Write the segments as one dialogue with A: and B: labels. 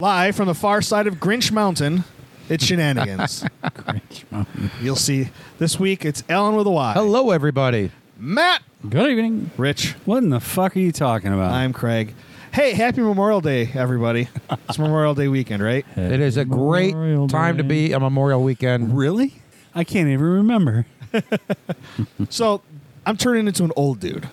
A: guy from the far side of Grinch Mountain. It's shenanigans. You'll see this week. It's Ellen with a Y.
B: Hello, everybody.
A: Matt,
C: Good evening.
A: Rich.
C: What in the fuck are you talking about?
A: I'm Craig. Hey, happy Memorial Day, everybody! It's Memorial Day weekend, right?
B: It is a great
C: Memorial
B: time to
C: Day.
B: be a Memorial Weekend.
A: Really?
C: I can't even remember.
A: So, I'm turning into an old dude.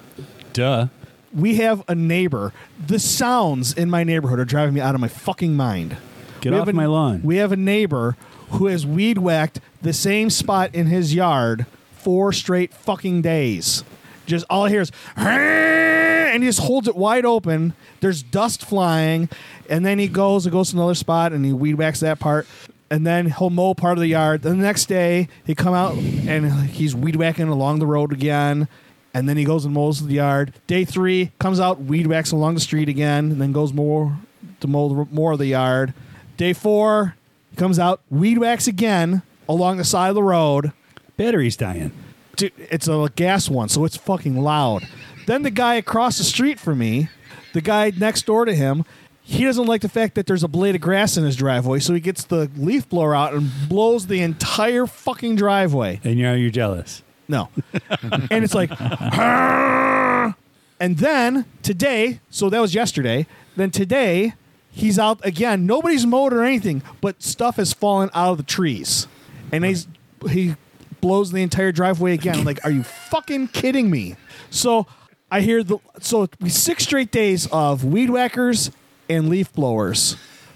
C: Duh.
A: We have a neighbor. The sounds in my neighborhood are driving me out of my fucking mind.
C: Get
A: We
C: off
A: have a-
C: my lawn.
A: We have a neighbor who has weed whacked the same spot in his yard four straight fucking days. Just all I hear is, "Rrrr," and he just holds it wide open. There's dust flying, and then he goes and goes to another spot and he weed whacks that part, and then he'll mow part of the yard. Then the next day he come out and he's weed whacking along the road again, and then he goes and mows the yard. Day three comes out weed whacks along the street again, and then goes more to mow more of the yard. Day four he comes out weed whacks again along the side of the road.
C: Battery's dying.
A: Dude, it's a gas one, so it's fucking loud. Then the guy across the street from me, the guy next door to him, he doesn't like the fact that there's a blade of grass in his driveway, so he gets the leaf blower out and blows the entire fucking driveway.
C: And now you're jealous.
A: No. and it's like, "Arr!" and then today, so that was yesterday. Then today, he's out again. Nobody's mowed or anything, but stuff has fallen out of the trees. And he's, he blows the entire driveway again. I'm like, are you fucking kidding me? So I hear the, so it'd be six straight days of weed whackers and leaf blowers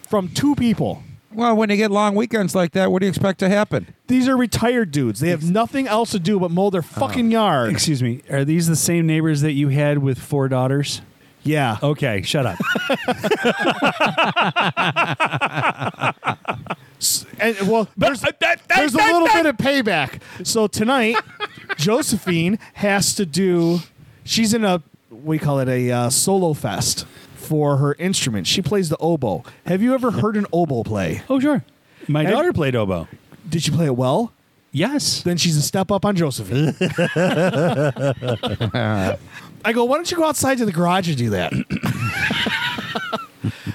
A: from two people.
B: Well, when you get long weekends like that, what do you expect to happen?
A: These are retired dudes. They have nothing else to do but mow their fucking yard.
C: Excuse me. Are these the same neighbors that you had with four daughters?
A: Yeah.
C: Okay, shut up.
A: and well, there's, there's a little bit of payback. So tonight, Josephine has to do. She's in a we call it a uh, solo fest for her instrument. She plays the oboe. Have you ever heard an oboe play?
C: oh, sure. My
A: Hey.
C: daughter played oboe.
A: Did she play it well?
C: Yes.
A: Then she's a step up on Josephine. I go, why don't you go outside to the garage and do that?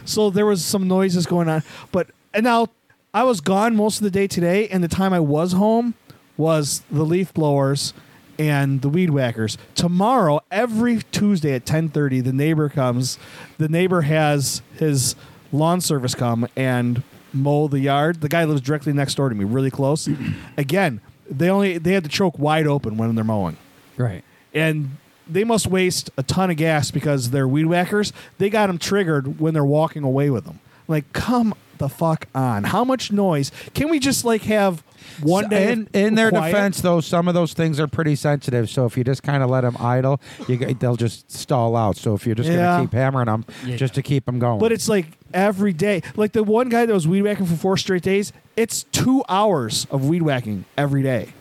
A: so there was some noises going on, but and now I was gone most of the day today, and the time I was home was the leaf blowers and the weed whackers. Tomorrow, every Tuesday at ten thirty, the neighbor comes. The neighbor has his lawn service come and mow the yard. The guy lives directly next door to me, really close. Again, they only they had the choke wide open when they're mowing
C: Right.
A: and they must waste a ton of gas because they're weed whackers. They got them triggered when they're walking away with them. Like, come the fuck on! How much noise can we just like have one day
B: in,
A: of
B: in their
A: quiet?
B: defense, though, some of those things are pretty sensitive. So if you just kind of let them idle, you, g- they'll just stall out. So if you're just
A: Yeah.
B: going to keep hammering them, just to keep them going.
A: But it's like every day. Like the one guy that was weed whacking for four straight days. It's two hours of weed whacking every day,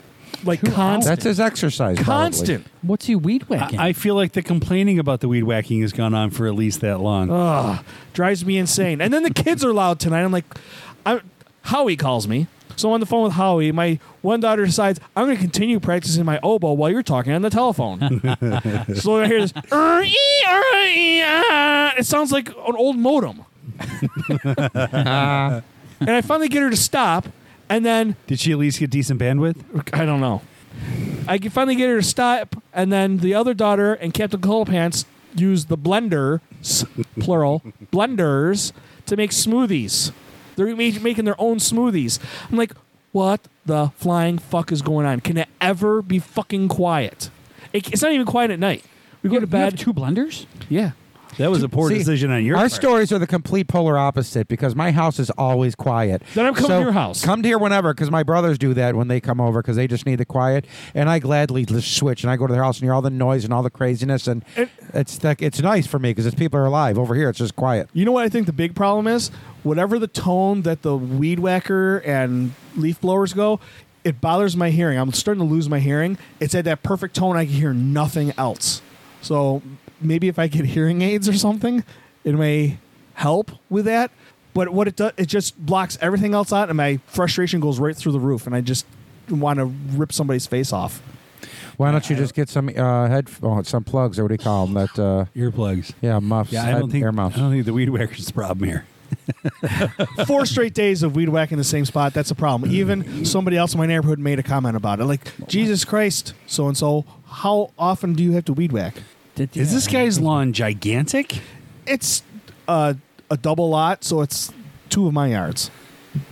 A: like constant,
B: that's his exercise. probably.
A: constant.
D: What's he weed whacking?
C: I, I feel like the complaining about the weed whacking has gone on for at least that long.
A: Ugh, drives me insane. And then the kids are loud tonight. I'm like, I, Howie calls me. So I'm on the phone with Howie. My one daughter decides I'm going to continue practicing my oboe while you're talking on the telephone. so I hear this. "Er, ee, er, ee, ah." It sounds like an old modem. and I finally get her to stop. And then
C: Did she at least get decent bandwidth?
A: I don't know. I can finally get her to stop, and then the other daughter and Captain Cold Pants use the blender, s- plural, blenders to make smoothies. They're ma- making their own smoothies. I'm like, what the flying fuck is going on? Can it ever be fucking quiet? It, it's not even quiet at night. We go
D: you,
A: to
D: you have
A: bed.
D: two blenders?
A: yeah.
C: That was a poor
B: See,
C: decision on your
B: Our
C: part.
B: stories are the complete polar opposite because my house is always quiet.
A: Then I'm coming to your house.
B: Come to here whenever because my brothers do that when they come over because they just need the quiet. And I gladly just switch and I go to their house and hear all the noise and all the craziness and
A: It-
B: it's like it's nice for me because it's people are alive over here. It's just quiet.
A: You know what I think the big problem is? Whatever the tone that the weed whacker and leaf blowers go, it bothers my hearing. I'm starting to lose my hearing. It's at that perfect tone I can hear nothing else. So maybe if I get hearing aids or something, it may help with that. But what it does, it just blocks everything else out, and my frustration goes right through the roof, and I just want to rip somebody's face off.
B: Why don't you just get some uh, headphones, some plugs or what do you call them? That uh,
C: Earplugs.
B: yeah, muffs,
C: Yeah, I
B: head-
C: don't think
B: ear muffs.
C: I don't think the weed whacker's the problem here.
A: Four straight days of weed whacking the same spot. That's a problem. Even somebody else in my neighborhood made a comment about it. Like, Jesus Christ, so and so, how often do you have to weed whack?
C: Is this guy's lawn gigantic?
A: It's uh, a double lot, so it's two of my yards.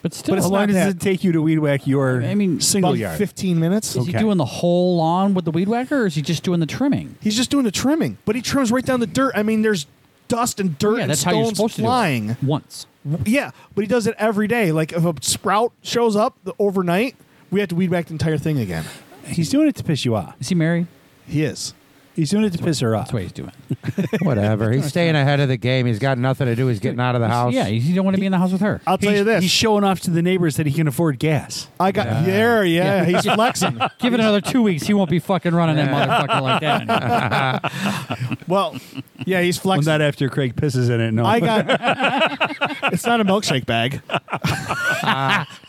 D: But still,
A: But it's
C: How long
A: not
C: does
A: that.
C: it take you to weed whack your
D: I mean,
C: single
A: About
C: yard?
A: 15 minutes.
D: is he
C: Okay.
D: doing the whole lawn with the weed whacker, or is he just doing the trimming?
A: He's just doing the trimming, but he trims right down the dirt. I mean, there's dust and dirt
D: yeah,
A: and
D: that's how
A: stones
D: you're supposed to
A: flying.
D: do it. Once.
A: Yeah, but he does it every day. Like if a sprout shows up the, overnight, we have to weed back the entire thing again.
C: He's doing it to piss you off.
D: Is he married?
A: He is.
C: He's doing it to piss her off.
D: That's what he's doing.
B: Whatever. He's staying ahead of the game. He's got nothing to do. He's getting out of the house.
D: Yeah, he don't want to be in the house with her.
A: I'll tell
C: He's-
A: you this.
C: He's showing off to the neighbors that he can afford gas.
A: I got there. Yeah, he's flexing.
D: Give it another two weeks, he won't be fucking running that motherfucker like that.
A: Well, yeah, he's
C: Well,
A: flexing.
C: not after Craig pisses in it. No,
A: I got. it's not a milkshake bag.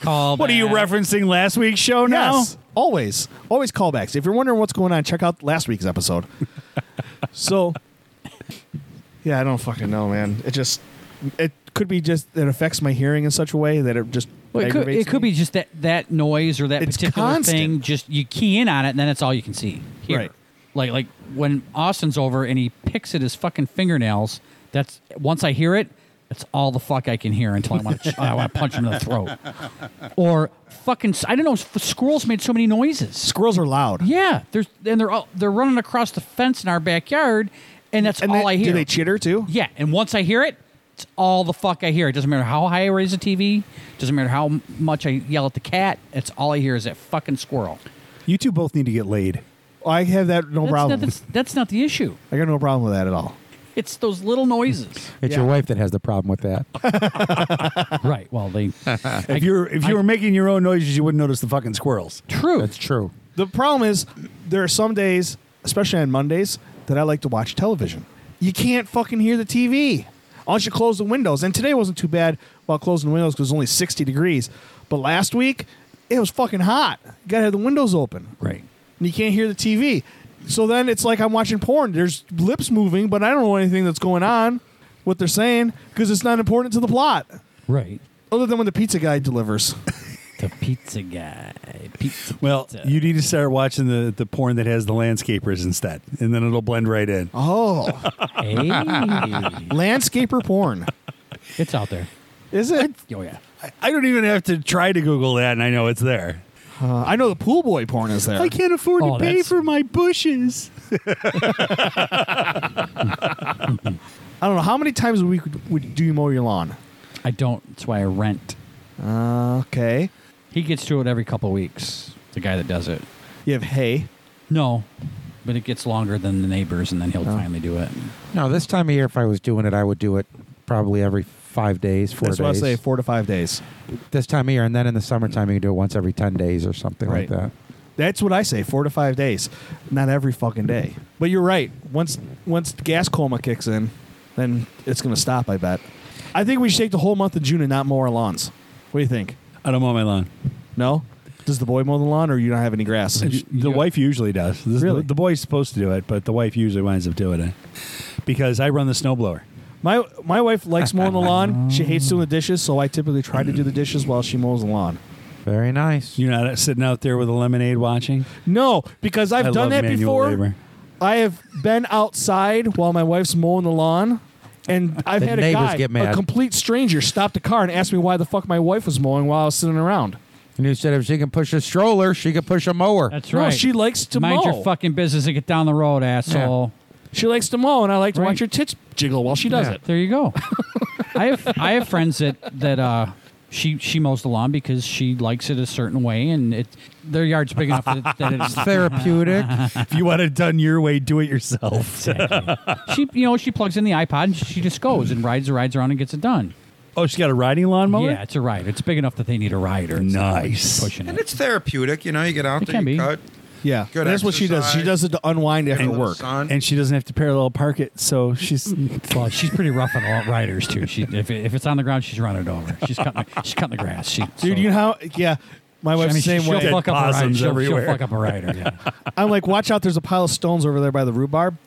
D: Call.
C: What are you
D: back.
C: referencing last week's
A: Oh,
C: show now?
A: Yes, always, always callbacks. If you're wondering what's going on, check out last week's episode. so, yeah, I don't fucking know, man. It just, it could be just it affects my hearing in such a way that it just.
D: Well, it could,
A: aggravates
D: it could
A: me.
D: be just that that noise or that
A: It's
D: particular
A: constant.
D: thing. Just you key in on it, and then it's all you can see. Here.
A: Right.
D: Like like when Austin's over and he picks at his fucking fingernails. That's once I hear it, that's all the fuck I can hear until I want to I want to punch him in the throat. Or fucking s- I don't know. f- Squirrels made so many noises.
A: Squirrels are loud.
D: Yeah, there's and they're all, they're running across the fence in our backyard, and that's
A: And
D: all
A: they-
D: I hear.
A: Do they chitter too?
D: Yeah, and once I hear it, it's all the fuck I hear. It doesn't matter how high I raise the TV. Doesn't matter how m- much I yell at the cat. It's all I hear is that fucking squirrel.
C: You two both need to get laid.
A: I have that no
D: that's,
A: problem.
D: Not, that's, that's not the issue.
A: I got no problem with that at all.
D: It's those little noises.
B: It's
A: Yeah.
B: your wife that has the problem with that.
D: right. Well, they. I-
C: If you're if you
D: I-
C: were making your own noises, you wouldn't notice the fucking squirrels.
D: true.
B: That's true.
A: The problem is there are some days, especially on Mondays, that I like to watch television. You can't fucking hear the TV unless you close the windows. And today wasn't too bad while closing the windows because it was only 60 degrees. But last week, it was fucking hot. You gotta have the windows open.
D: Right.
A: And you can't hear the TV. So then it's like I'm watching porn. There's lips moving, but I don't know anything that's going on, what they're saying, because it's not important to the plot.
D: Right.
A: Other than when the pizza guy delivers.
D: The pizza guy. Pizza.
C: Well,
D: pizza.
C: you need to start watching the the porn that has the landscapers instead, and then it'll blend right in.
A: Oh.
D: Hey.
A: Landscaper porn.
D: it's out there.
A: Is it?
D: Oh yeah.
C: I, I don't even have to try to Google that, and I know it's there.
A: Uh, I know the pool boy porn is there.
C: I can't afford
D: Oh,
C: to pay
D: that's-
C: for my bushes.
A: I don't know how many times a week would, would do you mow your lawn?
D: I don't. That's why I rent.
A: Uh, okay.
D: He gets to it every couple weeks. The guy that does it.
A: You have hay.
D: No, but it gets longer than the neighbors, and then he'll finally do it.
B: No, this time of year, if I was doing it, I would do it probably every five days, four
A: That's
B: days.
A: what I say, four to five days.
B: This time of year, and then in the summertime, you can do it once every ten days or something
A: Right.
B: like that.
A: That's what I say, four to five days, not every fucking day. But you're right. Once once the gas coma kicks in, then it's gonna stop. I bet. I think we should take the whole month of June and not mow our lawns. What do you think?
C: I don't mow my lawn.
A: No. Does the boy mow the lawn, or you don't have any grass?
C: The wife usually does. This-
A: Really?
C: the, the boy's supposed to do it, but the wife usually winds up doing it because I run the snowblower.
A: My my wife likes mowing the lawn. She hates doing the dishes, so I typically try to do the dishes while she mows the lawn.
B: Very nice.
C: You're not sitting out there with a lemonade watching.
A: No, because I've
C: I
A: done
C: love
A: that
C: manual
A: before.
C: labor.
A: I have been outside while my wife's mowing the lawn, and I've
B: The
A: had a
B: neighbors
A: guy,
B: get mad.
A: a complete stranger, stop the car and ask me why the fuck my wife was mowing while I was sitting around.
B: And you said if she can push a stroller, she can push a mower.
D: That's
A: No,
D: right.
A: she likes to
D: mind
A: mow.
D: your fucking business and get down the road, asshole.
A: She likes to mow, and I like to
D: Right.
A: watch her tits jiggle while she does
B: Yeah.
A: it.
D: There you go. I have I have friends that that uh, she she mows the lawn because she likes it a certain way, and it their yard's big enough that, that it's.
B: therapeutic.
C: if you want it done your way, do it yourself.
D: Exactly. she you know she plugs in the iPod and she just goes and rides rides around and gets it done.
C: Oh, she's got a riding lawnmower?
D: Yeah, it's a ride. It's big enough that they need a rider. It's not like
C: Nice.
D: pushing it.
E: it's therapeutic, you know. You get out
D: It there, can you be. cut,
A: Yeah,
E: Good
A: that's what she does. She
E: exercise.
A: does it to unwind after work.
C: And she doesn't have to parallel park it, so she's
D: Well, she's pretty rough on all riders too. She if, it- if it's on the ground, she's running it over. She's cutting she's cutting the grass. She,
A: Dude,
D: so-
A: you know how? Yeah, My wife's
D: I mean,
A: the same
D: she'll
A: way.
D: Fuck up a rider.
C: Possums
D: She'll, she'll
C: everywhere.
D: fuck up a rider. Yeah.
A: I'm like, watch out! There's a pile of stones over there by the rhubarb.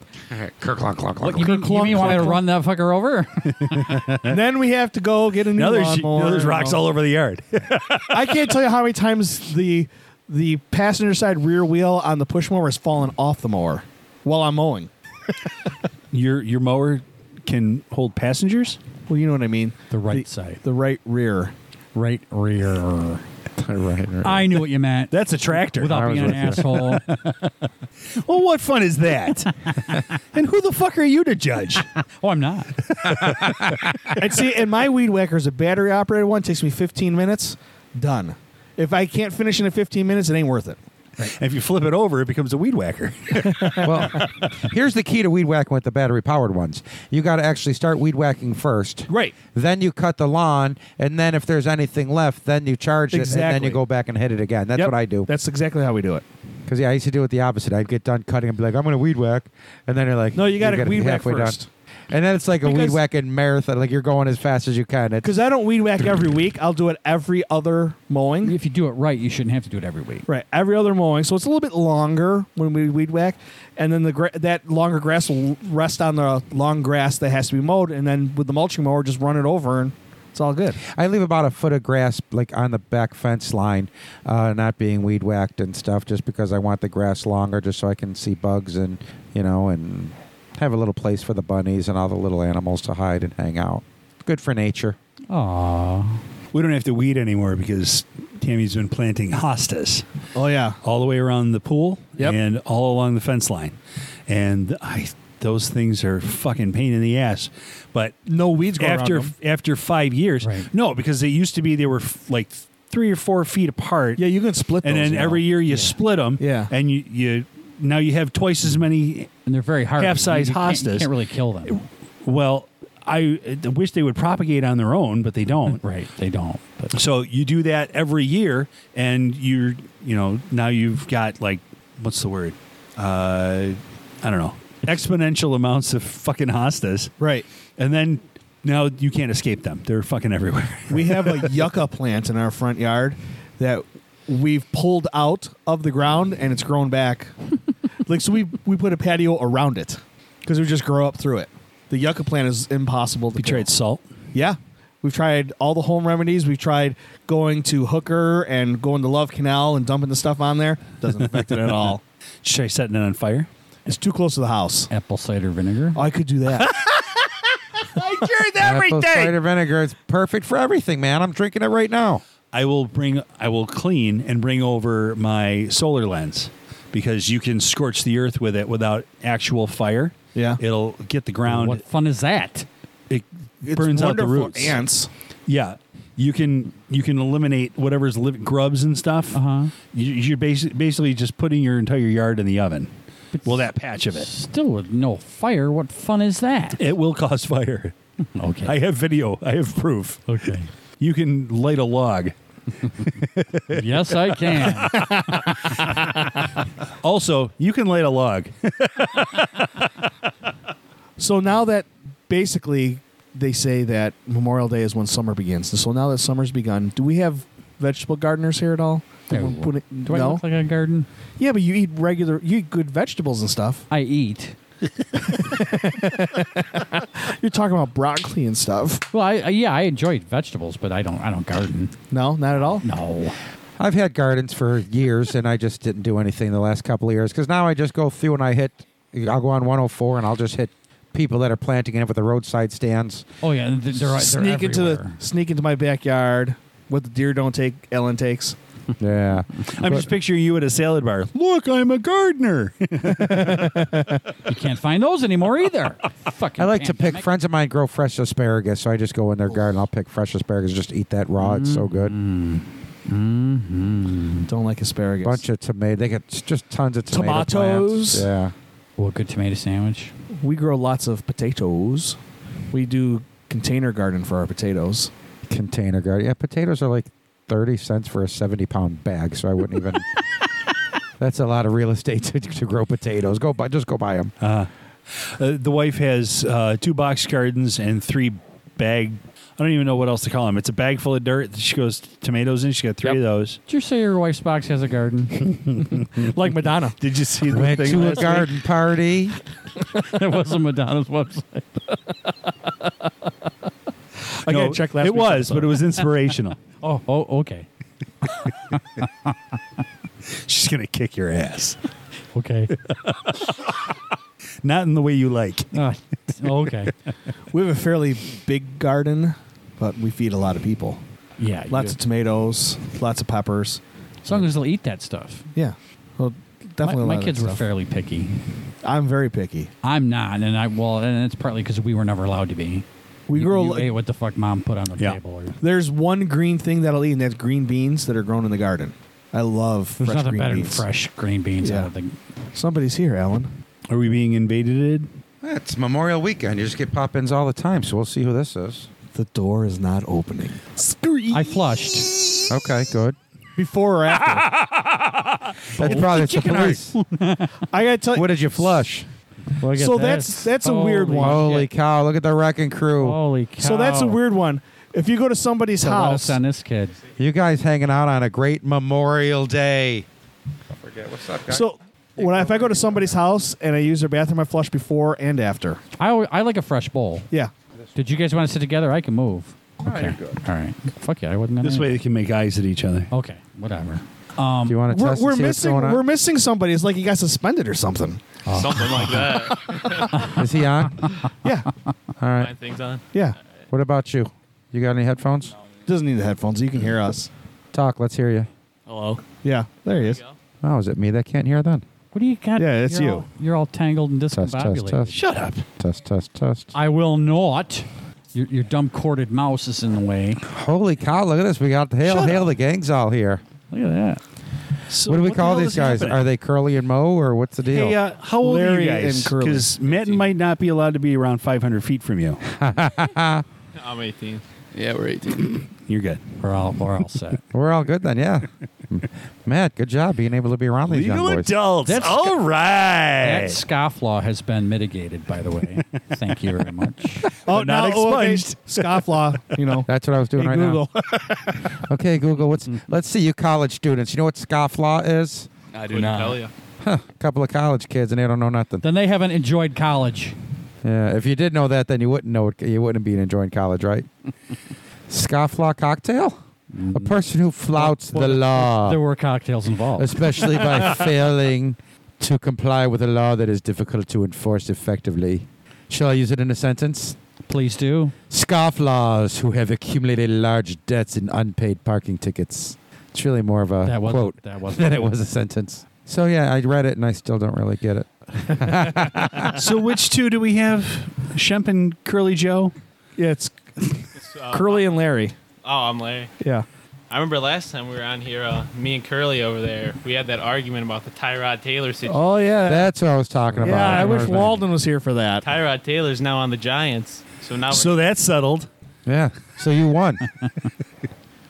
B: Kirk, clunk, clunk,
D: what,
B: clunk.
D: you mean, you mean you want me to
A: Clunk,
D: run that fucker over?
A: And then we have to go get a new
C: Now there's,
A: lawnmower.
C: now there's rocks all over the yard.
A: I can't tell you how many times the the passenger side rear wheel on the push mower has fallen off the mower while I'm mowing.
C: your your mower can hold passengers.
A: Well, you know what I mean.
D: The right side.
A: the right rear.
D: Right rear.
B: Right, right.
D: I knew what you meant.
C: That's a tractor.
D: Without
B: I
D: being an
B: was
D: asshole.
C: well, what fun is that? and who the fuck are you to judge?
D: Oh, I'm not.
A: and see, and my weed whacker is a battery operated one. Takes me 15 minutes. Done. If I can't finish in the 15 minutes, it ain't worth it.
C: if you flip it over, it becomes a weed whacker.
B: well, here's the key to weed whacking with the battery powered ones. You got to actually start weed whacking first.
A: Right.
B: Then you cut the lawn, and then if there's anything left, then you charge it, and then
A: Exactly.
B: you go back and hit it again. That's
A: Yep.
B: what I do.
A: That's exactly how we do it.
B: Because yeah, I used to do it the opposite. I'd get done cutting and be like, "I'm gonna weed whack," and then you're like,
A: No, you
B: you're
A: gotta
B: gonna be
A: weed whack
B: halfway done.
A: first.
B: And then it's like a weed
A: Because-
B: whacking marathon. Like you're going as fast as you can. It's,
A: Because I don't weed whack every week. I'll do it every other mowing.
D: If you do it right, you shouldn't have to do it every week.
A: Right, every other mowing, so it's a little bit longer when we weed whack, and then the gra- that longer grass will rest on the long grass that has to be mowed, and then with the mulching mower, just run it over, and it's all good.
B: I leave about a foot of grass like on the back fence line, uh, not being weed whacked and stuff, just because I want the grass longer, just so I can see bugs and you know, and have a little place for the bunnies and all the little animals to hide and hang out. Good for nature.
D: Aw.
C: we don't have to weed anymore because Tammy's been planting hostas
A: Oh yeah,
C: all the way around the pool
A: Yep.
C: and all along the fence line, and I those things are fucking pain in the ass. But
A: no weeds grow
C: after
A: around them.
C: after five years,
D: Right.
C: no, because they used to be they were f- like three or four feet apart.
A: Yeah, you can split.
C: and
A: those
C: then
A: now.
C: every year you split 'em, split them.
A: Yeah.
C: and you you now you have twice as many.
D: And they're very hard.
C: Half-size
D: You can't- You
C: hostas.
D: can't really kill them.
C: Well, I uh, wish they would propagate on their own, but they don't.
D: Right. They don't. But
C: So you do that every year, and you're you know now you've got like what's the word? Uh, I don't know. Exponential amounts of fucking hostas,
A: right,
C: and then now you can't escape them. They're fucking everywhere.
A: we have a yucca plant in our front yard that we've pulled out of the ground, and it's grown back. like so, we we put a patio around it because it would just grow up through it. The yucca plant is impossible to
C: You
A: kill.
C: tried salt.
A: Yeah. We've tried all the home remedies. We've tried going to Hooker and going to Love Canal and dumping the stuff on there. Doesn't affect it at all.
C: Try setting it on fire.
A: It's too close to the house.
D: apple cider vinegar.
A: Oh, I could do that.
C: I cured
B: Apple cider vinegar is perfect for everything, man. I'm drinking it right now.
C: I will bring. I will clean and bring over my solar lens because you can scorch the earth with it without actual fire.
A: Yeah.
C: it'll get the ground.
D: What fun is that?
C: it
A: It's
C: burns out the
A: wonderful.
C: roots.
A: Ants.
C: Yeah, you can you can eliminate whatever's li- grubs and stuff.
D: Uh-huh.
C: You, you're basically basically just putting your entire yard in the oven. well, that patch of it.
D: Still with no fire. What fun is that?
C: It will cause fire.
D: Okay.
C: I have video. I have proof.
D: okay.
C: You can light a log.
D: yes, I can.
C: Also, you can light a log.
A: So now that basically they say that Memorial Day is when summer begins. So now that summer's begun, do we have vegetable gardeners here at all?
D: No.
A: We're putting-
D: Do I
A: no?
D: look like a garden?
A: yeah, but you eat regular, you eat good vegetables and stuff.
D: I eat.
A: You're talking about broccoli and stuff.
D: Well, I, I yeah, I enjoy vegetables, but I don't. I don't garden.
A: No, not at all.
D: No.
B: I've had gardens for years, and I just didn't do anything the last couple of years because now I just go through and I hit. I'll go on 104 and I'll just hit people that are planting it with the roadside stands.
D: Oh yeah, they're, they're
A: sneak into the
D: everywhere.
A: sneak into my backyard. What the deer don't take, Ellen takes.
B: Yeah,
C: I'm just picturing you at a salad bar. Look, I'm a gardener.
D: You can't find those anymore either. Fucking.
B: I like to pick.
D: pandemic.
B: Friends of mine grow fresh asparagus, so I just go in their garden. I'll pick fresh asparagus, just eat that raw. It's so good.
D: Mm.
A: Don't like asparagus.
B: Bunch of tomato. They get just tons of tomato plants.
A: Tomatoes.
B: Yeah,
D: Oh, a good tomato sandwich.
A: we grow lots of potatoes. We do container garden for our potatoes.
B: container garden. Yeah, potatoes are like thirty cents for a seventy-pound bag, so I wouldn't even. That's a lot of real estate to, to grow potatoes. Go buy, just go buy them.
C: Uh, the wife has uh, two box gardens and three bag. I don't even know what else to call them. It's a bag full of dirt. She goes tomatoes in. She got three
D: Yep.
C: of those.
D: Did you say your wife's box has a garden? like Madonna.
C: Did you see the
B: Went
C: thing?
B: to a
C: last week?
B: garden party.
D: it wasn't Madonna's website.
A: I
C: No,
A: gotta check last
C: It
A: week's
C: was, but it was inspirational.
D: Oh, oh, okay.
C: She's gonna kick your ass,
D: Okay.
C: not in the way you like.
D: Ah, okay.
A: We have a fairly big garden, but we feed a lot of people.
D: Yeah.
A: Lots of tomatoes, lots of peppers.
D: as long as they'll eat that stuff.
A: Yeah. Well,
D: My,
A: definitely. a
D: my
A: lot of
D: kids
A: that
D: were
A: stuff.
D: fairly picky.
A: I'm very picky.
D: I'm not, and I well, and it's partly because we were never allowed to be.
A: We
D: You-
A: grow.
D: you
A: like-
D: ate what the fuck mom put on the
C: Yeah.
D: table. Or,
A: there's one green thing that I'll eat, and that's green beans that are grown in the garden. I love
D: there's
A: fresh
D: nothing
A: green
D: better
A: beans.
D: than fresh green beans.
A: Yeah.
D: I don't think.
A: Somebody's here, Alan.
C: Are we being invaded?
B: It's Memorial Weekend. You just get pop ins all the time, so we'll see who this is.
A: The door is not opening.
D: I flushed.
B: Okay, good.
A: Before or after?
B: That's probably it's the police.
A: I gotta tell you.
B: What did you flush?
D: Look at
A: So
D: this.
A: that's- that's a weird one.
B: Holy
D: shit.
B: cow! Look at the wrecking crew.
A: Oh.
D: Holy cow!
A: so that's a weird one. If you go to somebody's
D: So let us
A: house,
D: on this kid.
B: You guys hanging out on a great Memorial Day. I forget what's up, guys.
A: so when I, if I go to somebody's house and I use their bathroom, I flush before and after.
D: I, al- I like a fresh bowl.
A: Yeah.
D: Did you guys want to sit together? I can move.
B: No, you're good.
D: All right. Fuck yeah, I wasn't gonna.
C: This way they can make eyes at each other.
D: Okay. Whatever.
B: do you
A: Um, We're,
B: want to test? and
A: we're
B: see what's
A: missing.
B: going on?
A: We're missing somebody. It's like he got suspended or something.
E: Something like that.
B: Is he on? All
A: Yeah.
E: My
B: right.
E: thing's on.
A: Yeah.
B: What about you? You got any headphones?
A: Doesn't need the headphones. You can hear us.
B: Talk. Let's hear you.
E: Hello.
A: Yeah. There he is.
E: There you go.
B: Oh, is it me that can't hear then?
D: What do you got?
A: Yeah, it's
D: you're
A: you.
D: All, you're all tangled and
B: Test, test,
D: discombobulated.
B: test. Shut up. Test, test, test.
D: I will not. Your, your dumb corded mouse is in the way.
B: Holy cow! Look at this. We got the hail, hail the gangs all here.
D: Look at that.
C: So
B: what do we
C: the
B: call
C: hell
B: these
C: is
B: guys?
C: happening?
B: Are they Curly and Mo, or what's the deal?
C: Hey, uh, how old are
A: Larry
C: you guys?
A: and Curly.
C: Because Matt might not be allowed to be around 500 feet from you.
E: I'm 18. Yeah, we're 18.
C: You're good.
D: We're all we're all set.
B: We're all good then, yeah. Matt, good job being able to be around these young boys.
C: adults.
D: That's-
C: All right.
D: that scofflaw has been mitigated, by the way. Thank you very much.
A: Oh,
C: But not
A: no, oh, okay.
C: expunged.
A: Scofflaw. You know.
B: That's what I was doing
A: Hey,
B: right
A: Google.
B: now. Okay, Google. What's let's see you college students. You know what scofflaw is?
E: I do not. Tell you.
B: A couple of college kids and they don't know nothing.
D: Then they haven't enjoyed college.
B: Yeah, if you did know that, then you wouldn't know it. You wouldn't be enjoying college, right? scofflaw cocktail.
A: Mm.
B: A person who flouts the law.
D: there were cocktails involved.
B: especially by failing to comply with a law that is difficult to enforce effectively. Shall I use it in a sentence?
D: Please do.
B: Scofflaws who have accumulated large debts in unpaid parking tickets. It's really more of a
D: That was
B: quote
D: That was
B: than it was a sentence. So yeah, I read it and I still don't really get it.
C: so which two do we have? Shemp and Curly Joe?
A: yeah, it's
E: It's, uh,
A: Curly and Larry.
E: Oh, I'm Larry.
A: Yeah.
E: I remember last time we were on here, uh, me and Curly over there, we had that argument about the Tyrod Taylor situation.
A: Oh yeah.
B: That's what I was talking about.
A: yeah. I wish
B: remember that.
A: Walden was here for that.
E: Tyrod Taylor's now on the Giants, so now
C: So that's settled.
B: Yeah. So you won.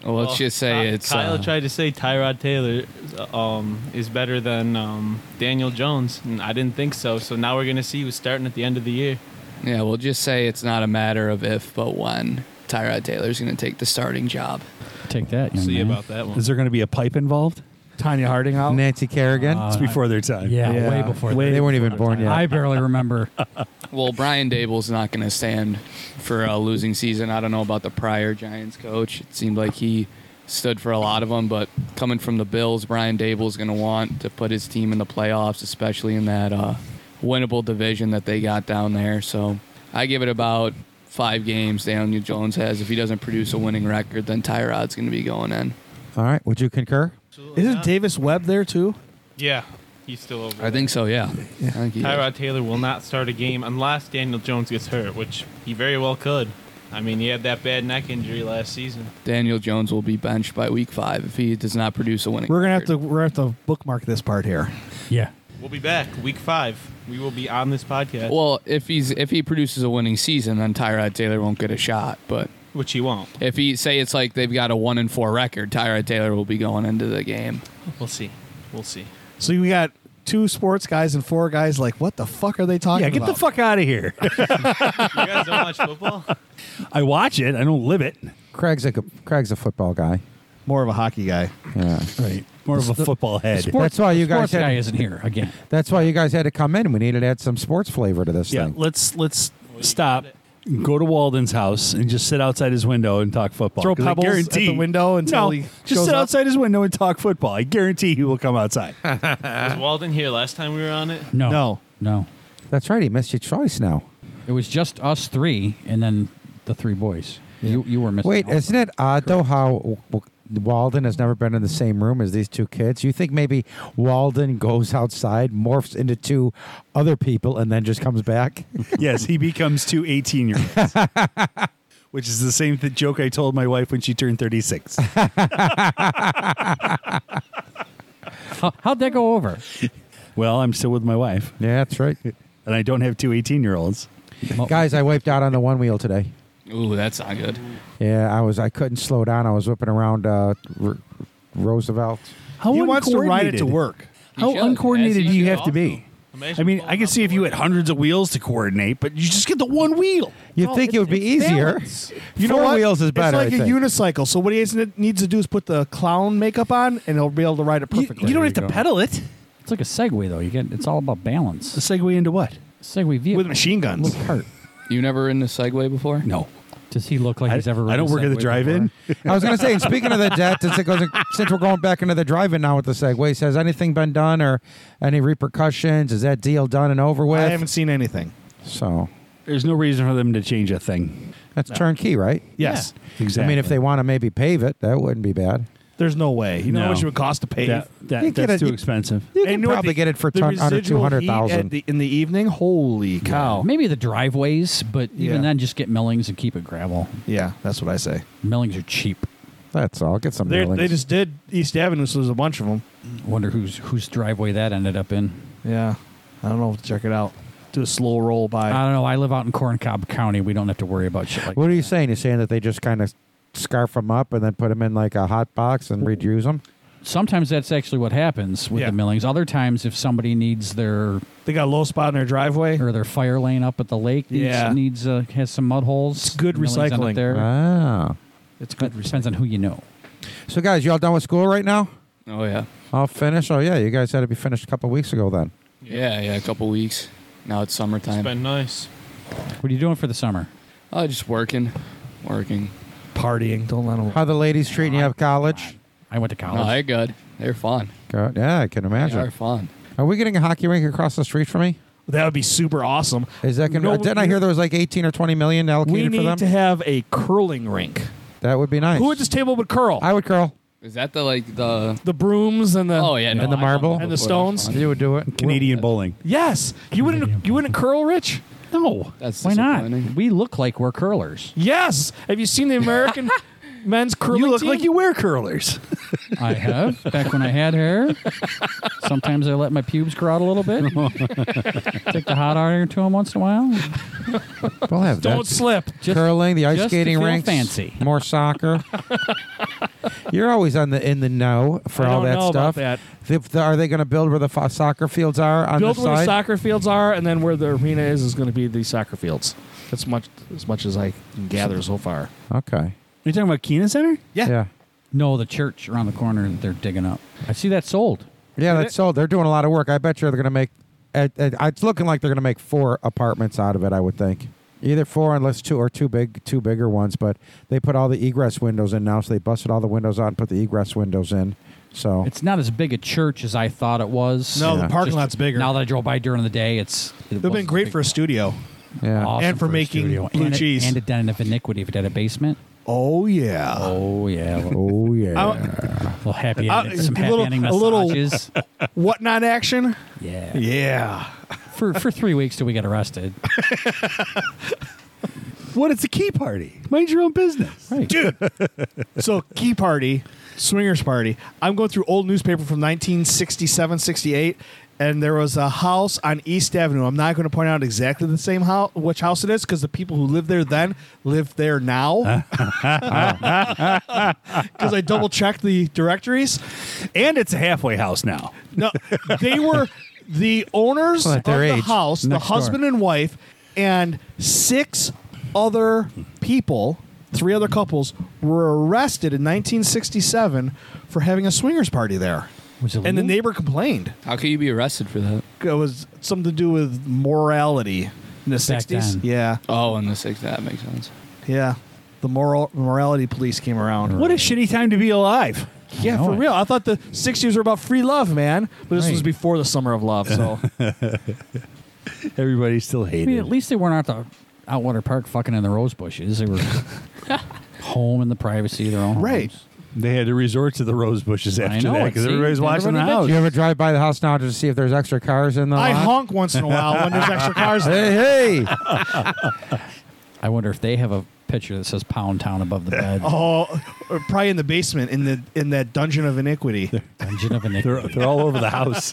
F: Well,
E: we're,
F: let's
E: well,
F: just say
E: Ky-
F: it's
E: Kyle
F: uh,
E: tried to say Tyrod Taylor uh, um, is better than um, Daniel Jones, and I didn't think so. So now we're gonna see who's starting at the end of the year.
F: yeah. We'll just say it's not a matter of if, but when Tyrod Taylor's going to take the starting job.
D: Take that. young
E: See
D: man.
E: about that one.
C: Is there going to be a pipe involved?
A: Tanya Harding out.
B: Nancy Kerrigan. Uh,
D: Uh,
C: It's before their time.
D: Yeah,
A: Yeah.
D: way before
A: Way-
B: they weren't even born
D: that.
B: yet.
D: I barely remember.
F: Well, Brian Dable's not going to stand for a losing season. I don't know about the prior Giants coach. It seemed like he stood for a lot of them, but coming from the Bills, Brian Dable's going to want to put his team in the playoffs, especially in that uh, winnable division that they got down there. So I give it about five games Daniel Jones has. If he doesn't produce a winning record, then Tyrod's going to be going in.
B: All right. Would you concur?
E: Absolutely
A: Isn't
E: not.
A: Davis Webb there too?
E: Yeah, he's still over.
F: I think so, yeah. I think he is.
E: Tyrod Taylor will not start a game unless Daniel Jones gets hurt, which he very well could. I mean, he had that bad neck injury last season.
F: Daniel Jones will be benched by week five if he does not produce a winning
A: We're gonna have
F: record.
A: to we're gonna have to bookmark this part here.
D: Yeah.
E: We'll be back week five. We will be on this podcast,
F: Well, if he's if he produces a winning season, then Tyrod Taylor won't get a shot. But
E: which he won't.
F: if he say it's like they've got a one and four record, Tyrod Taylor will be going into the game.
E: We'll see. We'll see.
A: So you got two sports guys and four guys like, what the fuck are they talking
C: Yeah,
A: about?
C: get the fuck out of here.
E: You guys don't watch football?
C: I watch it. I don't live it.
B: Craig's like a Craig's a football guy.
A: More of a hockey guy.
B: Yeah.
C: Right. More of a football head.
B: That's why you
D: sports
B: guys had-
D: guy isn't here again.
B: That's why you guys had to come in. We needed to add some sports flavor to this
C: yeah.
B: thing.
C: Let's let's stop. Go to Walden's house and just sit outside his window and talk football.
A: Throw
C: 'Cause I
A: pebbles at
C: guarantee-
A: the window until
C: No,
A: he
C: just
A: shows
C: sit
A: up.
C: outside his window and talk football. I guarantee he will come outside.
F: Uh-huh.
E: Was Walden here last time we were on it?
D: No.
A: No.
D: No.
B: That's right. He missed your choice now.
D: It was just us three and then the three boys. You you were missing.
B: Wait,
D: out.
B: isn't it odd though how W- W- Walden has never been in the same room as these two kids? You think maybe Walden goes outside, morphs into two other people, and then just comes back?
C: yes, he becomes two 18 year olds, which is the same th- joke I told my wife when she turned 36.
D: How, how'd that go over?
C: well, I'm still with my wife,
B: yeah, that's right.
C: and I don't have two 18 year olds.
B: Guys, I wiped out on the one wheel today.
F: Ooh, that's not good.
B: Yeah, I was. I couldn't slow down. I was whipping around uh, R- Roosevelt.
C: How
A: he wants to ride it to
C: uncoordinated-
A: work.
C: How
F: should,
C: uncoordinated
F: as he
C: do you
F: should
C: have to
F: also.
C: be?
E: Imagine
C: I mean,
E: pulling
C: I can
E: up
C: see if
E: the
C: you
E: work.
C: had hundreds of wheels to coordinate, but you just get the one wheel.
B: You'd think it would be easier.
A: You
B: Four
A: know what?
B: wheels is better.
A: It's like
B: I
A: a
B: think.
A: unicycle. So what he has- needs to do is put the clown makeup on, and he'll be able to ride it
C: You,
A: perfectly.
C: you don't
B: There
C: have to
B: you go.
C: pedal it.
D: It's like a Segway though. You get it's all about
C: A
D: balance.
C: segue into what?
D: Segway vehicle
A: with machine guns.
D: Little cart.
F: You never ridden a Segway before?
C: No.
D: Does he look like
C: I,
D: he's ever?
C: I
D: ridden
C: don't
D: a
C: work at the
D: Segway
C: drive in.
D: before?
B: I was going to say, and speaking of the debt, since, it goes, since we're going back into the drive-in now with the segue, has anything been done or any repercussions? Is that deal done and over with?
A: I haven't seen anything.
B: So
C: There's no reason for them to change a thing.
B: that's turnkey, right?
A: Yes,
C: Exactly.
B: I mean, if they want to maybe pave it, that wouldn't be bad.
A: there's no way. You know
C: No.
A: how much it would cost to pave.
C: that,
B: You get
C: that, that's
B: a-
C: too
B: you-
C: expensive.
B: You
A: And
B: can
A: know what,
B: probably
A: the-
B: get it for
A: the
B: ton, under two
A: residual heat
B: hundred
A: at
B: thousand.
A: the- in the evening. Holy cow!
D: Maybe the driveways, but even
A: Yeah.
D: then, just get millings and keep it gravel.
A: Yeah, that's what I say. millings
D: Millings are cheap.
B: That's all. Get some.
A: They
B: railings.
A: they just did East Avenue, so there's a bunch of them.
D: Wonder whose whose driveway that ended up in.
A: Yeah, I don't know. if to Check it out. Do a slow roll by.
D: I don't know. I live out in Corncob County. We don't have to worry about shit like.
B: What are you saying? You're saying that they just kind of scarf them up and then put them in like a hot box and reuse them?
D: Sometimes that's actually what happens with
A: Yeah.
D: the millings. Other times, if somebody needs their
A: they got a low spot in their driveway.
D: or their fire lane up at the lake needs,
A: Yeah.
D: needs uh, has some mud holes.
A: good
D: millings end up
A: recycling.
D: there.
B: Wow.
A: It's good.
D: But depends on who you know.
B: Ah. So guys, you all done with school right now?
F: Oh yeah.
B: All finished? Oh yeah, you guys had to be finished a couple weeks ago then.
F: Yeah, yeah. A couple weeks. Now it's
E: It's
F: summertime.
E: been nice.
D: What are you doing for the summer?
F: oh, just working, working.
A: Partying. Don't let them.
B: How the ladies treating you at college?
D: I went to
F: No,
D: college.
F: they're good. They're fun.
B: God, yeah, I can
F: They are
B: imagine.
F: fun.
B: Are we getting a hockey rink across the street from me?
A: That would be super awesome.
B: Is that gonna?
A: No,
B: didn't I hear there was like eighteen or twenty million
A: We
B: allocated for them?
A: need to have a curling rink.
B: that would be nice.
A: Who at this table would curl?
B: I would curl.
F: Is that the like the?
A: the brooms and the.
F: Oh yeah, no,
B: And the
F: I found
B: marble?
F: that
A: And the
F: before. That was
A: stones?
F: fun.
B: You would do it.
C: Canadian bowling.
A: Yes, you wouldn't. You wouldn't curl, Rich.
D: no.
F: That's
D: Why not?
F: disappointing.
D: We look like we're curlers.
A: Yes. Have you seen the American men's curling?
C: You look
A: team?
C: like you wear curlers.
D: I have. Back when I had hair, sometimes I let my pubes grow out a little bit. Take the hot iron to them once in a while.
B: We'll have
A: Don't
B: that.
A: slip.
D: Just,
B: Curling, the ice
D: just to
B: skating
D: feel
B: rinks,
D: fancy.
B: more soccer. You're always on the in the know for
A: I
B: all
A: don't
B: that
A: know about
B: stuff.
A: that.
B: The- the- are they going to build where the fo- soccer fields are on
A: Build
B: the
A: where the
B: side?
A: soccer fields are, and then where the arena is is going to be the soccer fields. That's much as much as I can gather so far.
B: okay.
C: you talking about Kena Center?
B: Yeah. yeah.
D: no, the church around the corner that they're digging up. I see that sold.
B: that's so. They're doing a lot of work. I bet you they're going to make. It, it, it's looking like they're going to make four apartments out of it. I would think, either four unless two or two big, two bigger ones. But they put all the egress windows in now, so they busted all the windows out and put the egress windows in. So
D: It's not as big a church as I thought it was.
A: No, the
D: Just-
A: parking lot's bigger.
D: Now that I drove by during the day, it's. It
A: They've been
D: wasn't
A: great
D: big.
A: for a studio.
B: yeah,
D: Awesome
A: and for
D: a
A: making
D: studio.
A: blue
D: and a-
A: cheese.
D: and a den of iniquity if it had a basement.
A: Oh yeah.
D: Oh yeah, a
B: oh yeah.
D: little happy,
A: Uh,
D: ending, some
A: a
D: happy
A: little-
D: ending
A: a little-
D: massages.
A: What not action?
D: yeah.
A: Yeah.
D: for for three weeks till we get arrested.
C: What? It's a key party. Mind your own business.
D: Right.
A: so key party swingers party i'm going through old newspaper from 1967 68 and there was a house on east avenue i'm not going to point out exactly the same house which house it is because the people who lived there then live there now because i double checked the directories
C: And it's a halfway house now.
A: no they were the owners
B: Well,
A: of
B: at their
A: the
B: age,
A: house, the
B: next door.
A: husband and wife, and six other people, three other couples, were arrested in 1967 for having a swingers party there.
D: Was it
A: and the
D: legal?
A: neighbor complained.
F: How could you be arrested for that?
A: It was something to do with morality in the 60s.
D: then.
A: Yeah,
F: Oh, in the six. That makes sense.
A: yeah. The moral morality police came around.
C: What a shitty time to be alive.
A: Yeah, for real. I thought the 60s were about free love, man. But this
B: Right.
A: was before the summer of love, so.
C: Everybody still
D: I
C: hated.
D: mean, at least they weren't out the Outwater Park fucking in the rose bushes. They were home in the privacy of their own
A: Right.
D: homes.
C: They had to resort to the rose bushes
D: I
C: after
D: know,
C: that
D: it
C: because
D: seems-
C: everybody's watching the
D: everybody
C: house.
B: Do you ever drive by the house now just to see if there's extra cars in the
A: I
B: lot?
A: honk once in a while when there's extra cars.
B: Hey, hey!
D: I wonder if they have a picture that says Pound Town above the bed.
A: Oh, or probably in the basement in the in that dungeon of iniquity.
D: Dungeon of
C: They're,
D: Iniquity.
C: they're all over the house.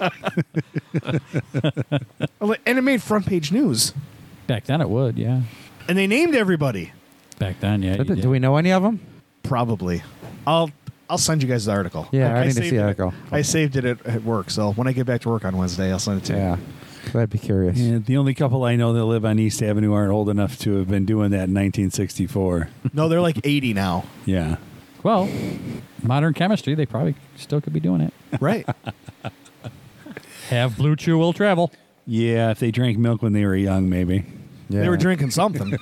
A: and it made front page news.
D: Back then it would, yeah.
A: And they named everybody.
D: Back then, yeah. you
B: Do-
D: did.
B: Do we know any of them?
A: Probably. I'll I'll send you guys the article.
B: Yeah, I need to
A: saved
B: see the
A: it-
B: article.
A: I saved it at, at work, so when I get back to work on Wednesday, I'll send it to
B: Yeah,
A: you.
B: I'd be curious.
C: And the only couple I know that live on East Avenue aren't old enough to have been doing that in 1964.
A: No, they're like 80 now.
C: Yeah.
D: Well, modern chemistry, they probably still could be doing it.
A: Right.
D: Have blue chew will travel.
C: Yeah, if they drank milk when they were young, maybe.
B: Yeah.
A: They were drinking something.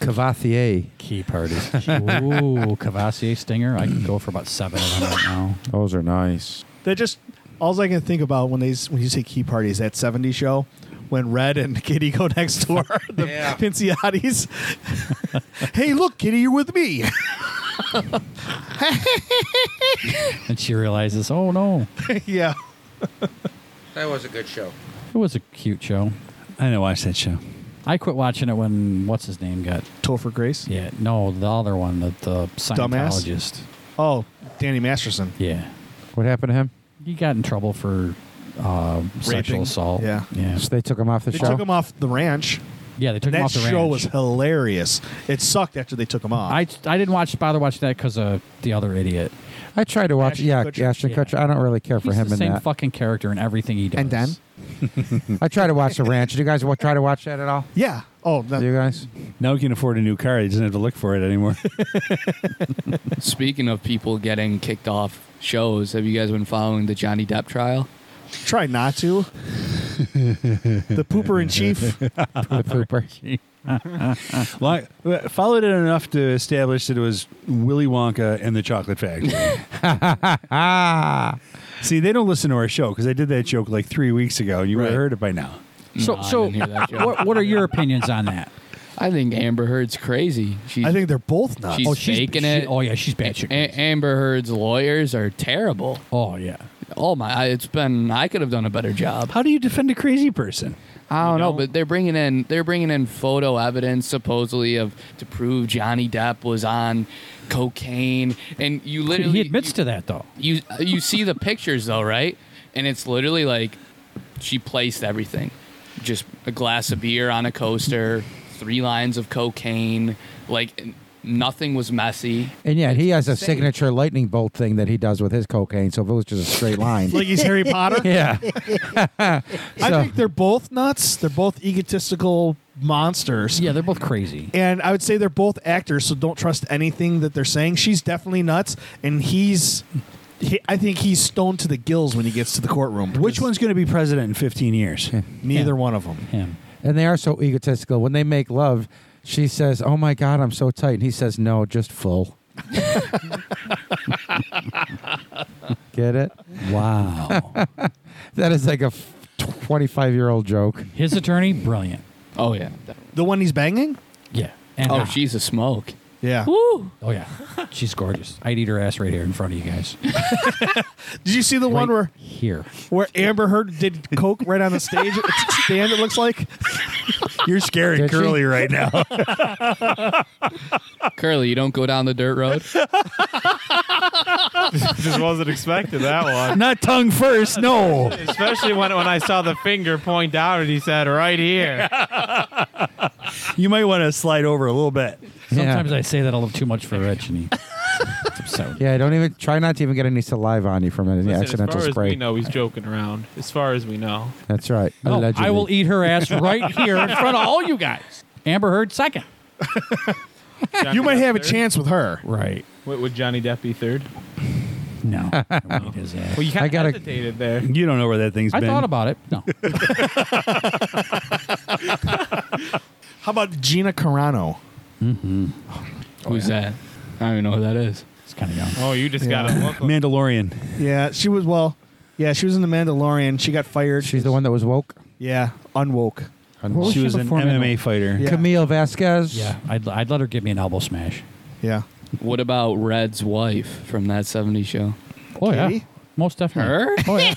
B: Cavatier.
D: Key parties. Ooh, Cavassier Stinger. I could go for about seven of them right now.
B: Those are nice.
A: That just all I can think about when they s- when you say key parties that '70s show when Red and Kitty go next door the
B: Yeah.
A: Pinciotis. hey, look, Kitty, you're with me.
D: And she realizes, oh no,
A: yeah,
B: That was a good show.
D: it was a cute show.
C: I didn't watch that show.
D: I quit watching it when what's his name got
A: Topher Grace.
D: yeah no the other one the, the
A: Dumbass?
D: Scientologist
A: Oh, Danny Masterson.
D: yeah
B: What happened to him?
D: he got in trouble for uh, sexual assault
A: Yeah.
D: yeah
B: So they took him off the
A: They
B: show.
A: took him off the ranch.
D: yeah they took him
A: that
D: off the
A: show
D: ranch.
A: was hilarious. It sucked after they took him off.
D: I I didn't watch bother watching that because of the other idiot
B: I tried to watch.
A: Ashton
B: yeah,
A: Kutcher?
B: Ashton
D: Yeah.
B: Kutcher. I don't really care for
D: he's
B: him
D: the
B: in
D: same
B: that.
D: fucking character in everything he does
A: And Dan?
B: I try to watch the ranch. Did you guys wa- try to watch that at all?
A: yeah. Oh, that,
B: You guys?
C: Now he can afford a new car. He doesn't have to look for it anymore.
F: Speaking of people getting kicked off shows, have you guys been following the Johnny Depp trial?
A: try not to. the pooper in chief.
B: the pooper.
C: Like, uh, followed it enough to establish that it was Willy Wonka and the Chocolate Factory.
B: Ah,
C: See, they don't listen to our show because I did that joke like three weeks ago, and you would
A: Right.
C: have heard it by now.
D: so
F: No, I
D: so
F: didn't hear that joke.
D: what what are your opinions on that
F: I think Amber Heard's crazy. She's,
A: I think they're both nuts.
F: She's-
D: oh she's
F: faking
D: she-
F: it.
D: oh yeah she's bad
F: A- Amber Heard's lawyers are terrible.
D: oh yeah
F: Oh my! I- It's been I could have done a better job.
C: How do you defend a crazy person?
F: I don't know, but they're bringing in they're bringing in photo evidence supposedly of to prove Johnny Depp was on cocaine, and you literally
D: he admits
F: you,
D: to that though
F: you you see the pictures though, right? And it's literally like she placed everything. Just a glass of beer on a coaster, three lines of cocaine, like n- nothing was messy.
B: and yet he has a
F: Insane.
B: signature lightning bolt thing that he does with his cocaine. So if it was just a straight line,
A: like he's Harry Potter.
B: yeah,
A: I
B: So-
A: think they're both nuts. They're both egotistical monsters.
D: yeah they're both crazy
A: And I would say they're both actors, so don't trust anything that they're saying. She's definitely nuts, and he's. He, I think he's stoned to the gills when he gets to the courtroom.
C: Which one's going to be president in 15 years?
A: Neither one of them.
D: him
B: and they are so egotistical. When they make love, she says, "Oh my God, I'm so tight," and he says, "No, just full." Get it?
D: wow.
B: That is like a twenty-five-year-old joke.
D: His attorney, brilliant.
F: Oh yeah.
A: The one he's banging?
D: Yeah. And
F: Oh,
D: hot.
F: she's a smoke.
A: Yeah.
D: Oh yeah. She's gorgeous. I'd eat her ass right here in front of you guys.
A: Did you see the one
D: Right
A: where
D: here.
A: where Amber Heard did coke right on the stage It's a stand? It looks like
C: You're scaring
B: Did she?
C: Curly right now.
F: Curly, you don't go down the dirt road.
E: Just wasn't expecting that one.
C: Not tongue first, no.
E: Especially when, when I saw the finger point down and he said, right here.
C: You might want to slide over a little bit.
B: Yeah.
D: Sometimes I say that a little too much for Rich and he episode.
B: Yeah, don't even try not to even get any saliva on you from an
E: Listen,
B: accidental
E: as far as
B: spray.
E: we know, he's joking around. As far as we know,
B: That's right.
D: No,
B: Allegedly.
D: Oh, I will eat her ass right here in front of all you guys. Amber Heard second.
A: You might
E: Depp
A: have a
E: third?
A: chance with her.
D: Right.
E: Wait, would Johnny Depp be third?
D: No. Wait his ass.
E: Well, you kind
B: I
E: of
B: gotta-
E: hesitated there.
C: You don't know where that thing's
D: I
C: been.
D: thought about it. No.
A: How about Gina Carano?
F: Who's that? I don't even know who that is.
D: It's kind of young.
E: Oh, you just
A: Yeah.
E: got to look.
C: Mandalorian.
A: Yeah, she was well. Yeah, she was in The Mandalorian. She got fired.
B: She's the one that was woke.
A: Yeah, unwoke.
D: What was
C: she
D: she
C: was an
D: before Mandal-
C: MMA fighter.
A: Yeah.
B: Camille Vasquez.
D: Yeah, I'd, I'd let her give me an elbow smash.
A: Yeah.
F: What about Red's wife from that 70s show?
D: Oh yeah,
A: Katie?
D: most definitely.
F: Her?
D: Oh yeah.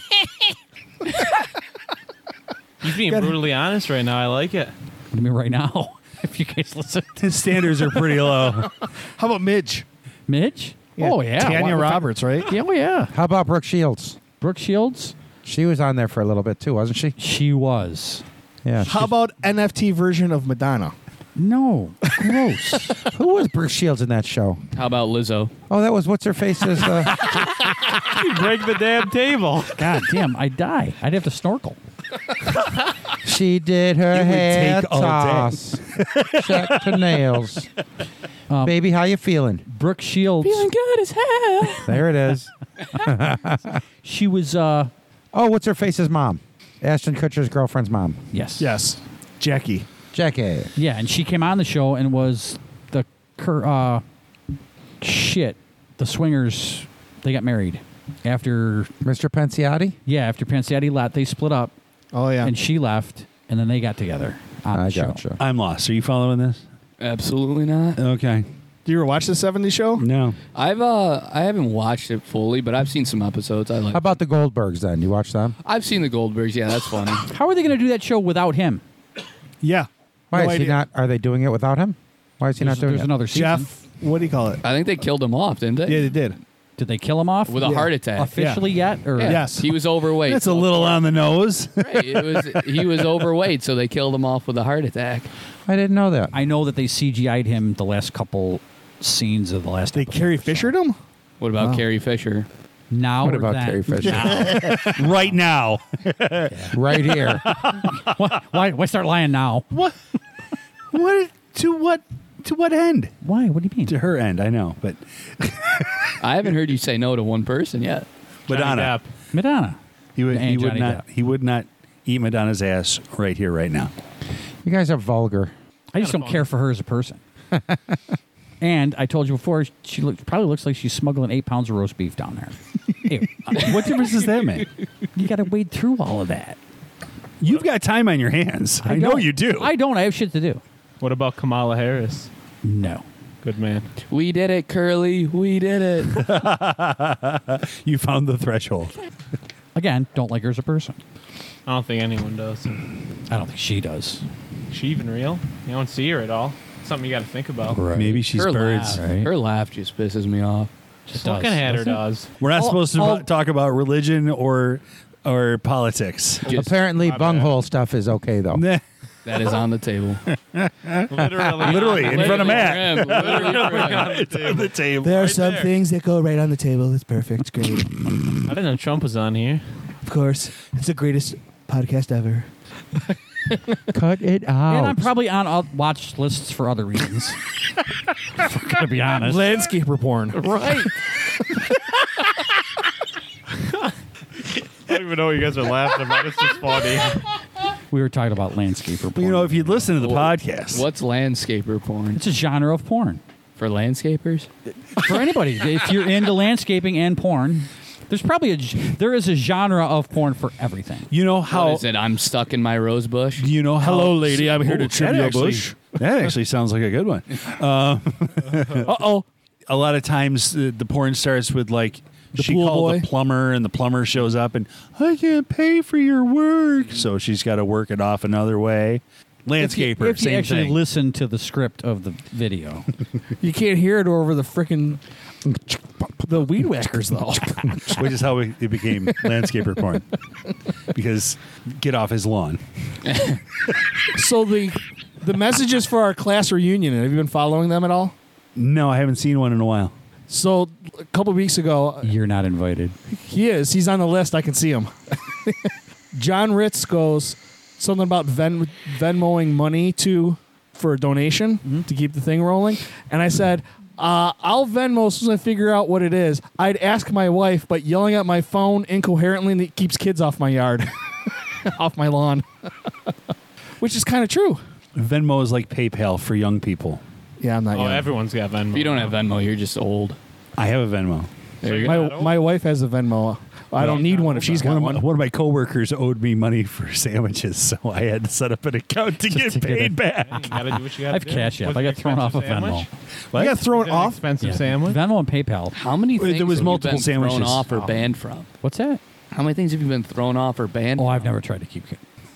E: He's being
A: Gotta-
E: brutally honest right now. I like it.
D: I mean, right now, if you guys listen,
C: His standards are pretty low.
A: How about Midge?
D: Midge. Oh yeah, Why
A: Tanya
D: the fuck-
A: Roberts, right?
D: Yeah, oh yeah.
B: How about Brooke Shields?
D: Brooke Shields.
B: She was on there for a little bit too, wasn't she?
D: She was.
B: Yeah.
A: How about NFT version of Madonna?
D: No, gross.
B: Who was Brooke Shields in that show?
F: How about Lizzo?
B: Oh, that was what's her face's. Uh,
E: Break the damn table.
D: God damn, I'd die. I'd have to snorkel.
B: she did her
C: It would
B: hair
C: take all day.
B: toss, check her nails.
D: Um,
B: Baby, how you feeling?
D: Brooke Shields.
F: good as hell.
B: There it is.
D: She was. uh
B: Oh, what's her face's mom? Ashton Kutcher's girlfriend's mom,
D: Yes.
A: Yes. Jackie.
B: Jackie.
D: Yeah, and she came on the show and was the cur- uh shit. The swingers. They got married after.
B: Mr. Pensiotti.
D: Yeah, after Pansietti left, they split up,
A: Oh yeah.
D: and she left, and then they got together. On
B: I
D: the show.
B: gotcha.
C: I'm lost. Are you following this?
F: Absolutely not.
C: Okay.
A: Do you ever watch the 70s show?
C: No.
F: I've uh I haven't watched it fully, but I've seen some episodes. I like.
B: How about the Goldbergs then? You watch them?
F: I've seen the Goldbergs. Yeah, that's funny.
D: How are they going to do that show without him?
A: Yeah.
B: Why
A: No
B: is he
A: idea.
B: not? Are they doing it without him? Why is he
D: There's,
B: not doing
D: there's
B: it?
D: another season.
A: Jeff, what do you call it?
F: I think they killed him off, didn't they?
A: Yeah, they did.
D: Did they kill him off
F: With a heart attack.
D: officially yet? Or
F: Yeah.
A: Yes.
F: He was overweight.
C: That's a little on the nose.
F: Right. It was he was overweight, so they killed him off with a heart attack.
B: I didn't know that.
D: I know that they CGI'd him the last couple scenes of the last.
A: They
D: episode.
A: Carrie Fishered him?
F: What about Carrie Fisher?
D: Now
B: What
D: or
B: about
D: then?
B: Carrie Fisher?
C: right now.
B: right here.
D: Why? Why start lying now?
C: What? What? To what? To what end?
D: Why? What do you mean?
C: To her end, I know, but
F: I haven't heard you say no to one person yet.
C: Madonna.
E: Johnny
D: Madonna.
C: He would. He
D: And
C: would
D: Johnny
C: not.
D: Depp.
C: He would not eat Madonna's ass right here, right now.
B: You guys are vulgar.
D: I just don't care for her as a person. and I told you before, she look, probably looks like she's smuggling eight pounds of roast beef down there. Ew.
C: What difference does that make?
D: you got to wade through all of that.
C: You've got time on your hands. I, know
D: don't.
C: you do.
D: I don't. I have shit to do.
E: Depp. What about Kamala Harris?
D: No.
E: Good man.
F: We did it, Curly. We did it.
C: you found the threshold.
D: Again, don't like her as a person.
E: I don't think anyone does.
D: I don't think she does.
E: Is she even real? You don't see her at all. Something you got to think about. What
C: Maybe she's
F: her
C: birds.
F: laugh.
D: right?
F: Her laugh just pisses me off.
D: Just
E: kind of
D: does.
E: hat her does?
C: We're not
D: All-
C: supposed to
D: all-
C: talk about religion or or politics.
F: Just,
B: Apparently,
E: my bad.
B: bunghole stuff is okay though.
C: Nah.
F: that is on the table.
E: Literally.
C: Literally, in front of Matt. Oh
F: Literally, literally.
C: It's on the table.
G: There are
E: Right
G: some
E: there.
G: things that go right on the table. It's perfect. It's great.
E: I didn't know Trump was on here.
G: of course, it's the greatest podcast ever.
B: Cut it out.
D: And I'm probably on all- watch lists for other reasons. if I'm gonna be honest.
A: Landscaper porn.
D: Right.
E: I don't even know what you guys are laughing about. It's just funny.
D: We were talking about landscaper porn.
C: You know, if you'd listen to the podcast,
F: What's landscaper porn
D: it's a genre of porn
F: for landscapers?
D: for anybody. if you're into landscaping and porn, there's probably a g- there is a genre of porn for everything.
C: you know
F: What
C: how
F: is it? I'm stuck in my rose bush.
C: you know how.
A: Hello, lady, I'm here to
C: Oh, that
A: trim your
C: actually-
A: bush.
C: That actually sounds like a good one. Uh oh. A lot of times uh, the porn starts with like she
G: pool
C: called
G: boy?
C: the plumber, and the plumber shows up, and I can't pay for your work, so she's got to work it off another way.
D: If you-
C: Landscaper,
D: If you
C: same
D: actually
C: thing.
D: listen to the script of the video,
G: You can't hear it over the frickin' the weed whackers though.
C: which is how it it became landscaper porn because get off his lawn.
G: so the the messages for our class reunion. Have you been following them at all?
C: No, I haven't seen one in a while.
A: So a couple weeks ago,
D: You're not invited.
A: he is. He's on the list. I can see him. John Ritz goes something about Ven- Venmoing money to for a donation to keep the thing rolling, and I said. Uh, I'll Venmo as soon as I figure out what it is. I'd ask my wife, but yelling at my phone incoherently keeps kids off my yard, off my lawn, which is kind of true.
C: Venmo is like PayPal for young people.
A: Yeah, I'm not.
E: Oh,
A: young.
E: everyone's got Venmo.
F: If you don't
E: now.
F: have Venmo, you're just old.
C: I have a Venmo.
F: There you go.
A: my, my wife has a Venmo. I don't need one if she's
C: one,
A: got
C: of my,
A: one.
C: one of my coworkers owed me money for sandwiches, so I had to set up an account to get
D: to get
C: paid
D: it.
C: back.
E: Hey, you gotta do what you gotta
D: I've
E: do.
D: Cash App.
E: Was
D: I
E: it
D: got thrown off of
E: expensive
D: Venmo.
E: sandwich?
A: You got thrown
E: Was it an
A: off.
E: Expensive
D: Yeah.
E: sandwich.
D: Venmo and PayPal.
F: How many
C: There
F: things
C: was
F: have
C: multiple
F: you been thrown
C: sandwiches.
F: off or banned from?
D: What's that?
F: How many things have you been thrown off or banned?
D: Oh, I've never tried to keep.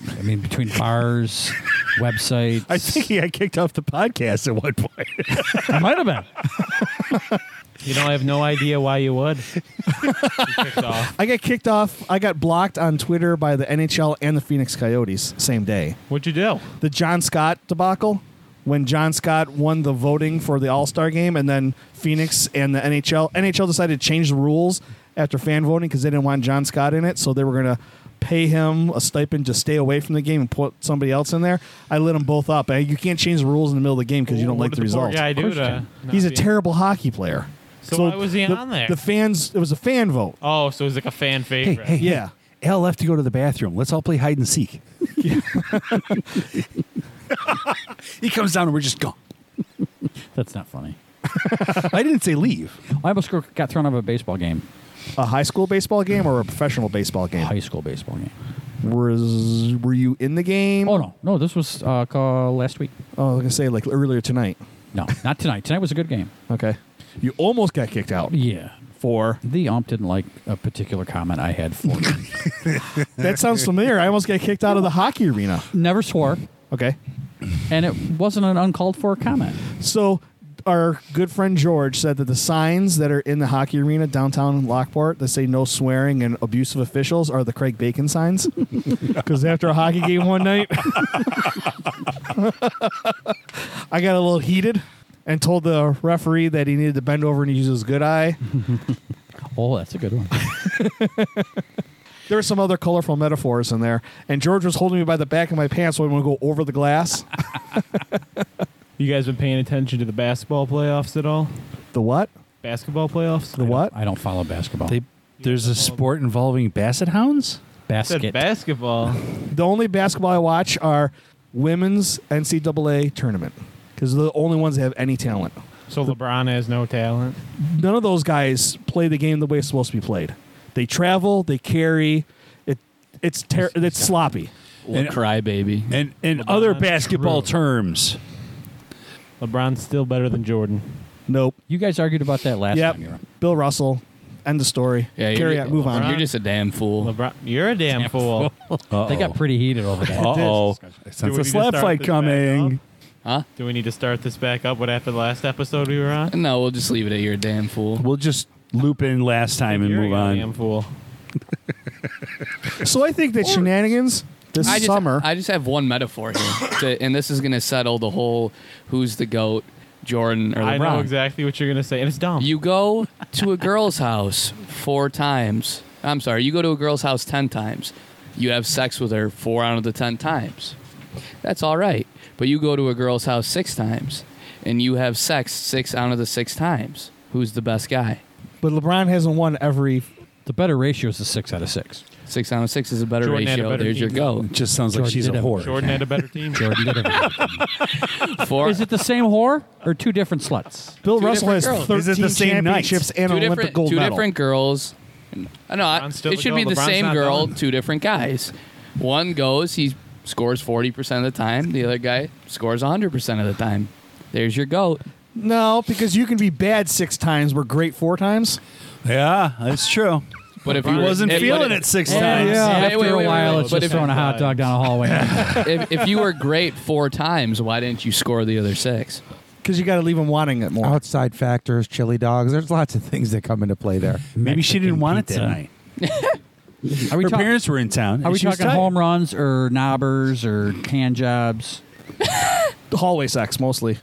D: I mean, between bars, websites.
C: I think he got kicked off the podcast at one point.
D: I might have been.
E: You know, I have no idea why you would. You kicked off.
A: I got kicked off. I got blocked on Twitter by the NHL and the Phoenix Coyotes same day.
E: What'd you do?
A: The John Scott debacle when John Scott won the voting for the All Star game, and then Phoenix and the NHL NHL decided to change the rules after fan voting because they didn't want John Scott in it, so they were gonna pay him a stipend to stay away from the game and put somebody else in there. I lit them both up. Eh, You can't change the rules in the middle of the game because you don't
E: What
A: like
E: did
A: the
E: poor
A: result.
E: guy do to not
A: He's a
E: be-
A: terrible hockey player.
E: So why was he
A: the-
E: on there?
A: The fans. It was a fan vote.
E: Oh, so it was like a fan favorite.
A: Yeah.
C: Al left to go to the bathroom. Let's all play hide and seek. he comes down and we're just gone.
D: That's not funny.
C: I didn't say leave.
D: I almost gro- got thrown out of a baseball game,
A: A high school baseball game or a professional baseball game?
D: high school baseball game.
A: Was were you in the game?
D: Oh no, no, this was uh, ca- last week.
A: Oh, I was gonna say like earlier tonight.
D: No, not tonight. Tonight was a good game.
A: Okay. You almost got kicked out
D: Yeah,
A: for.
D: the ump didn't like a particular comment I had for. him.
A: That sounds familiar. I almost got kicked out of the hockey arena.
D: Never swore,
A: Okay.
D: and it wasn't an uncalled for comment.
A: So our good friend George said that the signs that are in the hockey arena downtown Lockport that say no swearing and abusive officials are the Craig Bacon signs. Because after a hockey game one night, I got a little heated and told the referee that he needed to bend over and use his good eye.
D: Oh, that's a good one.
A: There were some other colorful metaphors in there, and George was holding me by the back of my pants so I wouldn't go over the glass.
E: You guys been paying attention to the basketball playoffs at all?
A: the what?
E: Basketball playoffs?
A: The what?
D: I don't follow basketball.
C: They, there's a sport involving basset hounds.
E: said
D: basket.
E: basketball.
A: The only basketball I watch are women's NCAA tournament because they're the only ones that have any talent.
E: So LeBron has no talent.
A: None of those guys play the game the way it's supposed to be played. They travel, they carry. It, it's ter- it's sloppy.
F: What
C: And-
F: crybaby.
C: And in
E: LeBron
C: other
E: Drew.
C: basketball terms,
E: LeBron's still better than Jordan.
A: Nope.
D: you guys argued about that last
A: Yep.
D: time you were on.
A: Bill Russell. End the story.
F: Yeah, you're-
A: carry on. Move on.
F: You're just a damn fool.
E: LeBron, you're a damn fool.
D: They got pretty heated over that.
C: Uh oh.
E: Do
C: Since
E: we
C: a
E: need to
C: slap
E: start
C: fight
E: this back up?
C: coming.
F: Huh?
E: Do we need to start this back up? What after the last episode we were on?
F: No, we'll just leave it at you're a damn fool.
C: We'll just loop in last time and
E: You're
C: move
E: a
C: on.
E: Damn fool.
A: so I think that shenanigans this
F: I just,
A: summer.
F: I just have one metaphor here, to, and this is going to settle the whole who's the goat, Jordan or LeBron.
E: I know exactly what you're gonna say, and it's dumb.
F: You go to a girl's house four times. I'm sorry, you go to a girl's house 10 times. You have sex with her four out of the 10 times. That's all right. But you go to a girl's house six times and you have sex six out of the six times. Who's the best guy?
A: but LeBron hasn't won every.
D: The better ratio is a six out of six.
F: Six out of six is a better
E: Jordan had a
F: ratio.
E: better
F: There's your
E: team.
F: goat.
C: It just sounds like
D: Jordan
C: she's a
D: did have-
C: whore.
E: Jordan had a better team.
D: Jordan did everything.
F: Four,
D: Is it the same whore or two different sluts?
A: Bill
F: Two
A: Russell has
F: different girls.
A: thirteen
C: Is it the same night?
A: championships and
F: two
A: an Olympic
F: different,
A: gold
F: two
A: medal.
F: different girls. I know. I-
E: LeBron's still
F: It
E: the
F: should be
E: goat.
F: the
E: LeBron's
F: same
E: not
F: girl,
E: done.
F: two different guys. One goes, he scores 40% of the time. The other guy scores 100% of the time. There's your goat.
A: No, because you can be bad six times, but great four times.
C: Yeah, that's true.
F: But if
C: He
F: you
C: wasn't
F: if-
C: feeling
F: but
C: it
F: if-
C: six
D: Yeah,
C: times.
D: yeah.
F: Wait,
D: After
F: wait,
D: a
F: wait,
D: while,
F: wait,
D: it's
F: wait.
D: just
F: But
D: throwing a hot dog down a hallway.
F: If, if you were great four times, why didn't you score the other six?
A: Because you got to leave them wanting it more.
B: Outside factors, chili dogs. There's lots of things that come into play there.
C: Maybe she didn't want it
D: pizza.
C: that night.
D: Are we
C: Her
D: talking?
C: parents were in town.
D: Are
C: and
D: we
C: she was
D: talking
C: tired.
D: home runs or knobbers or hand jobs?
A: hallway sex mostly.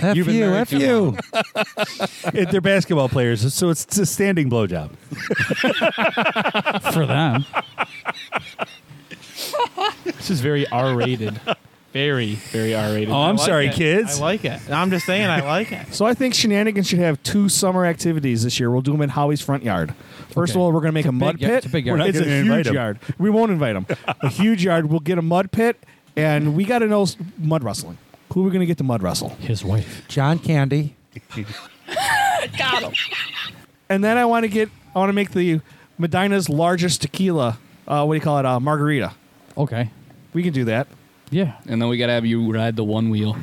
B: F
C: You've been
B: you,
C: married
B: F
C: too
B: you.
C: It- they're basketball players, so it's it's a standing blowjob.
D: for them.
E: This is very R-rated. Very, very R-rated.
C: Oh, I'm
E: I like
C: sorry,
E: it.
C: kids.
E: I like it. I'm just saying, I like it.
A: So I think Shenanigans should have two summer activities this year. We'll do them in Howie's front yard. First
D: Okay.
A: of all, we're going to make a, mud
D: big- yeah,
A: pit.
D: it's a big yard.
C: We're not
A: It's a
C: gonna
A: huge
C: invite 'em.
A: yard. We won't invite them. a huge yard. We'll get a mud pit, and we got to know s- mud wrestling. Who are we going to get to mud wrestle?
D: His wife.
B: John Candy.
A: And then I want to get. I want to make the Medina's largest tequila. Uh, what do you call it? Uh, margarita.
D: Okay.
A: We can do that.
D: Yeah.
F: And then we gotta have you ride the one wheel.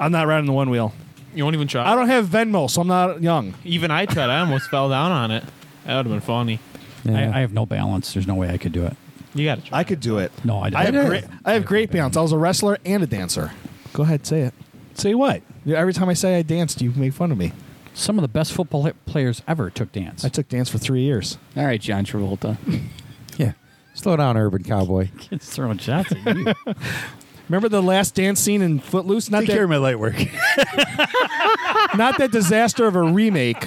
A: I'm not riding the one wheel.
E: You won't even try.
A: I don't have Venmo, so I'm not young.
E: Even I tried. I almost fell down on it. That would have been funny.
D: I, I have no balance. There's no way I could do it.
E: You got to try.
A: I could do it.
D: No, I don't.
A: I have great. I have great balance. I was a wrestler and a dancer. Go ahead, say it.
C: Say what?
A: Yeah, Every time I say I danced, you make fun of me.
D: Some of the best football players ever took dance.
A: I took dance for three years.
F: All right, John Travolta.
B: Yeah. Slow down, Urban Cowboy.
D: Kids throwing shots at you.
A: Remember the last dance scene in Footloose? Not
C: Take care
A: that,
C: of my light work.
A: not that disaster of a remake,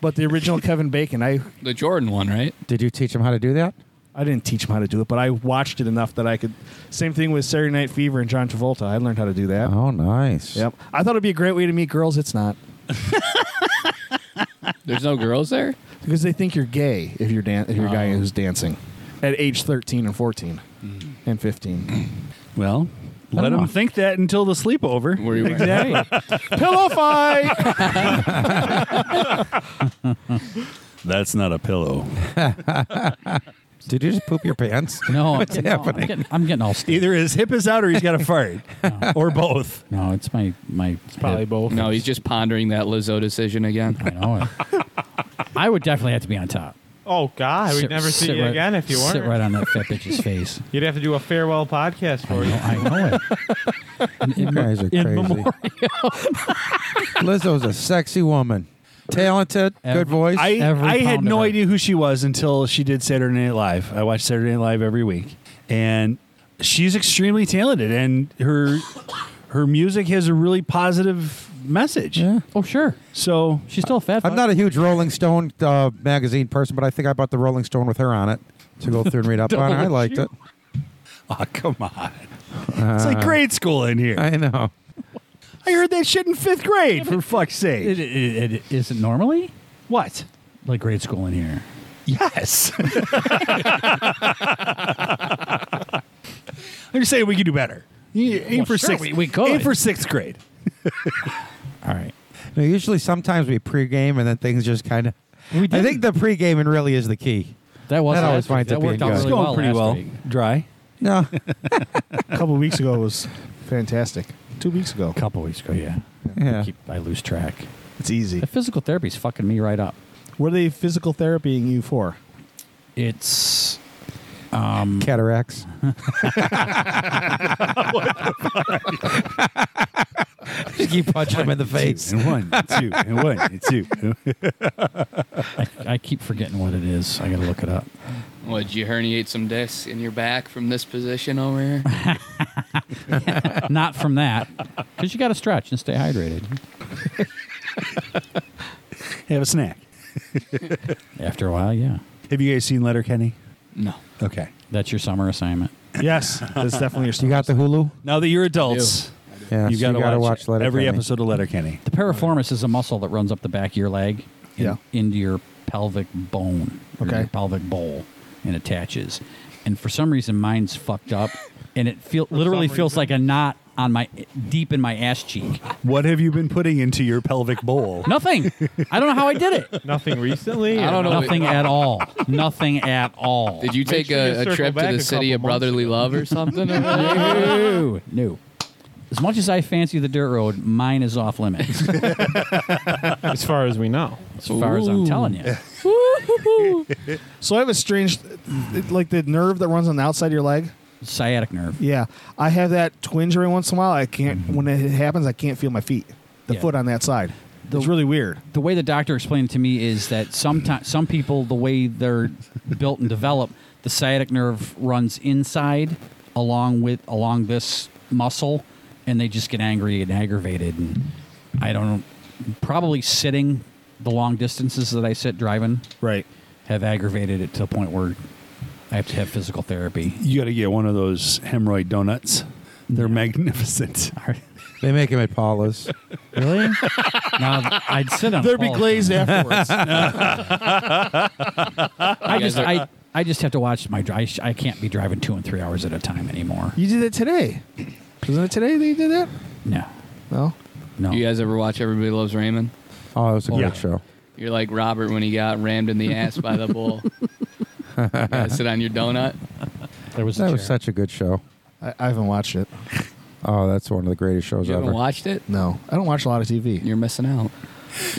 A: but the original Kevin Bacon. I
F: The Jordan one, right?
B: Did you teach him how to do that?
A: I didn't teach him how to do it, but I watched it enough that I could. Same thing with Saturday Night Fever and John Travolta. I learned how to do that.
B: Oh, nice.
A: Yep. I thought it'd be a great way to meet girls. It's not
F: There's no girls there.
A: because they think you're gay if you're dan- if you're a guy
F: Oh.
A: who's dancing at age 13 and 14 and 15.
C: Well, let
D: don't
C: them
D: know.
C: think that until the sleepover.
F: Were you exactly.
A: Pillow fight.
C: That's not a pillow.
B: Did you just poop your pants?
D: No, I'm getting, all-
B: happening?
D: I'm getting, I'm getting all stupid.
C: Either his hip is out or he's got a fart, or both.
D: No, it's my my. It's
E: Probably both.
F: No, he's just pondering that Lizzo decision again.
D: I know it. I would definitely have to be on top.
E: Oh God, we'd
D: Sit-
E: never see
D: sit
E: you
D: right-
E: again if you weren't.
D: Sit right on that fat bitch's face.
E: You'd have to do a farewell podcast
D: I
E: for
D: know,
E: you.
D: I know it. In- in
B: You
D: mo-
B: guys are crazy. Lizzo's a sexy woman. Talented,
D: Every-
B: good voice.
C: I
D: Every
C: I had
D: pound of
C: no
D: her.
C: idea who she was until she did Saturday Night Live. I watch Saturday Night Live every week, and she's extremely talented, and her her music has a really positive message.
B: yeah.
D: oh sure,
C: So
D: she's still a fat.
B: I'm
D: fuck.
B: not a huge Rolling Stone uh, magazine person, but I think I bought the Rolling Stone with her on it to go through and read up on. I liked it.
C: Oh, come on. It's like grade school in here.
B: I know.
C: I heard that shit in fifth grade, for fuck's sake.
D: It, it, it isn't normally
C: what?
D: like grade school in here.
C: Yes. I'm just saying we could do better. You- Aim
D: Well,
C: for
D: sure,
C: sixth.
D: we- we could.
C: Aim for sixth grade.
D: All right.
B: No, usually, sometimes we pregame and then things just kind of.
D: We
B: I
D: didn't.
B: think the pregaming really is the key.
D: That was
B: That always winds
D: last week. that
B: up being
D: worked out
B: good.
D: really
B: It's
C: going
D: well.
C: pretty
D: last
C: well.
D: week.
C: Dry.
B: No,
A: a couple weeks ago was fantastic. Two weeks ago,
D: A couple weeks ago, yeah.
B: yeah.
D: I, keep, I lose track.
A: it's easy.
D: The physical therapy's fucking me right up.
A: What are they physical therapying you for?
D: It's
B: cataracts. just keep punching them in the face.
C: And one, two, and one, and two.
D: I, I keep forgetting what it is. I gotta look it up.
F: What, did you herniate some discs in your back from this position over here?
D: Not from that, because you gotta stretch and stay hydrated.
C: Have a snack.
D: After a while, yeah.
C: Have you guys seen Letter Kenny?
F: No.
C: Okay.
D: That's your summer assignment.
A: Yes, that's definitely your.
B: You got the Hulu?
C: Now that you're adults,
B: Yeah,
C: you've
B: so
C: got
B: you
C: to
B: gotta
C: watch,
B: Letterkenny.
C: every episode of Letter Kenny.
D: The piriformis is a muscle that runs up the back of your leg in-
A: Yeah.
D: into your pelvic bone, or
A: Okay.
D: your pelvic bowl, and attaches. And for some reason, mine's fucked up, and it feel literally
E: some
D: feels like a knot on my deep in my ass cheek.
C: What have you been putting into your pelvic bowl?
D: Nothing. I don't know how I did it.
E: Nothing recently.
F: I
E: or-
F: don't know.
D: Nothing at all. Nothing at all.
F: Did you take
E: sure you
F: a,
E: circle
F: a trip
E: back
F: to
E: a
F: the city
E: couple
F: of
E: months
F: brotherly love or something?
D: No, no. As much as I fancy the dirt road, mine is off limits.
E: As far as we know.
D: As far as I'm
F: Ooh.
D: telling you.
A: So I have a strange, it- like the nerve that runs on the outside of your leg.
D: Sciatic nerve.
A: Yeah, Mm-hmm. I have that twinge every once in a while. I can't when it happens. I can't feel my feet, the
D: Yeah.
A: foot on that side.
D: The-
A: it's really weird.
D: the way the doctor explained it to me is that sometimes some people the way they're built and developed the sciatic nerve runs inside along with along this muscle and they just get angry and aggravated and I don't know. Probably sitting the long distances that I sit driving
A: Right.
D: have aggravated it to the point where I have to have physical therapy.
C: You got to get one of those hemorrhoid donuts. They're magnificent.
B: They make him at Paula's.
D: Really? no, I'd sit on. a
A: There'd be
D: ball.
A: glazed afterwards.
D: I just I, I just have to watch my drive. I can't be driving two and three hours at a time anymore.
A: you did that today. Wasn't it today that you did that?
D: No,
A: No.
D: no.
F: You guys ever watch Everybody Loves Raymond?
B: Oh, it was a
C: Yeah.
B: great show.
F: You're like Robert when he got rammed in the ass by the bull. You gotta sit on your donut.
D: there was a
B: That was
D: chair.
B: such a good show.
A: I, I haven't watched it.
B: Oh, that's one of the greatest shows
F: You
B: ever.
F: haven't watched it?
A: No. I don't watch a lot of TV.
F: You're missing out.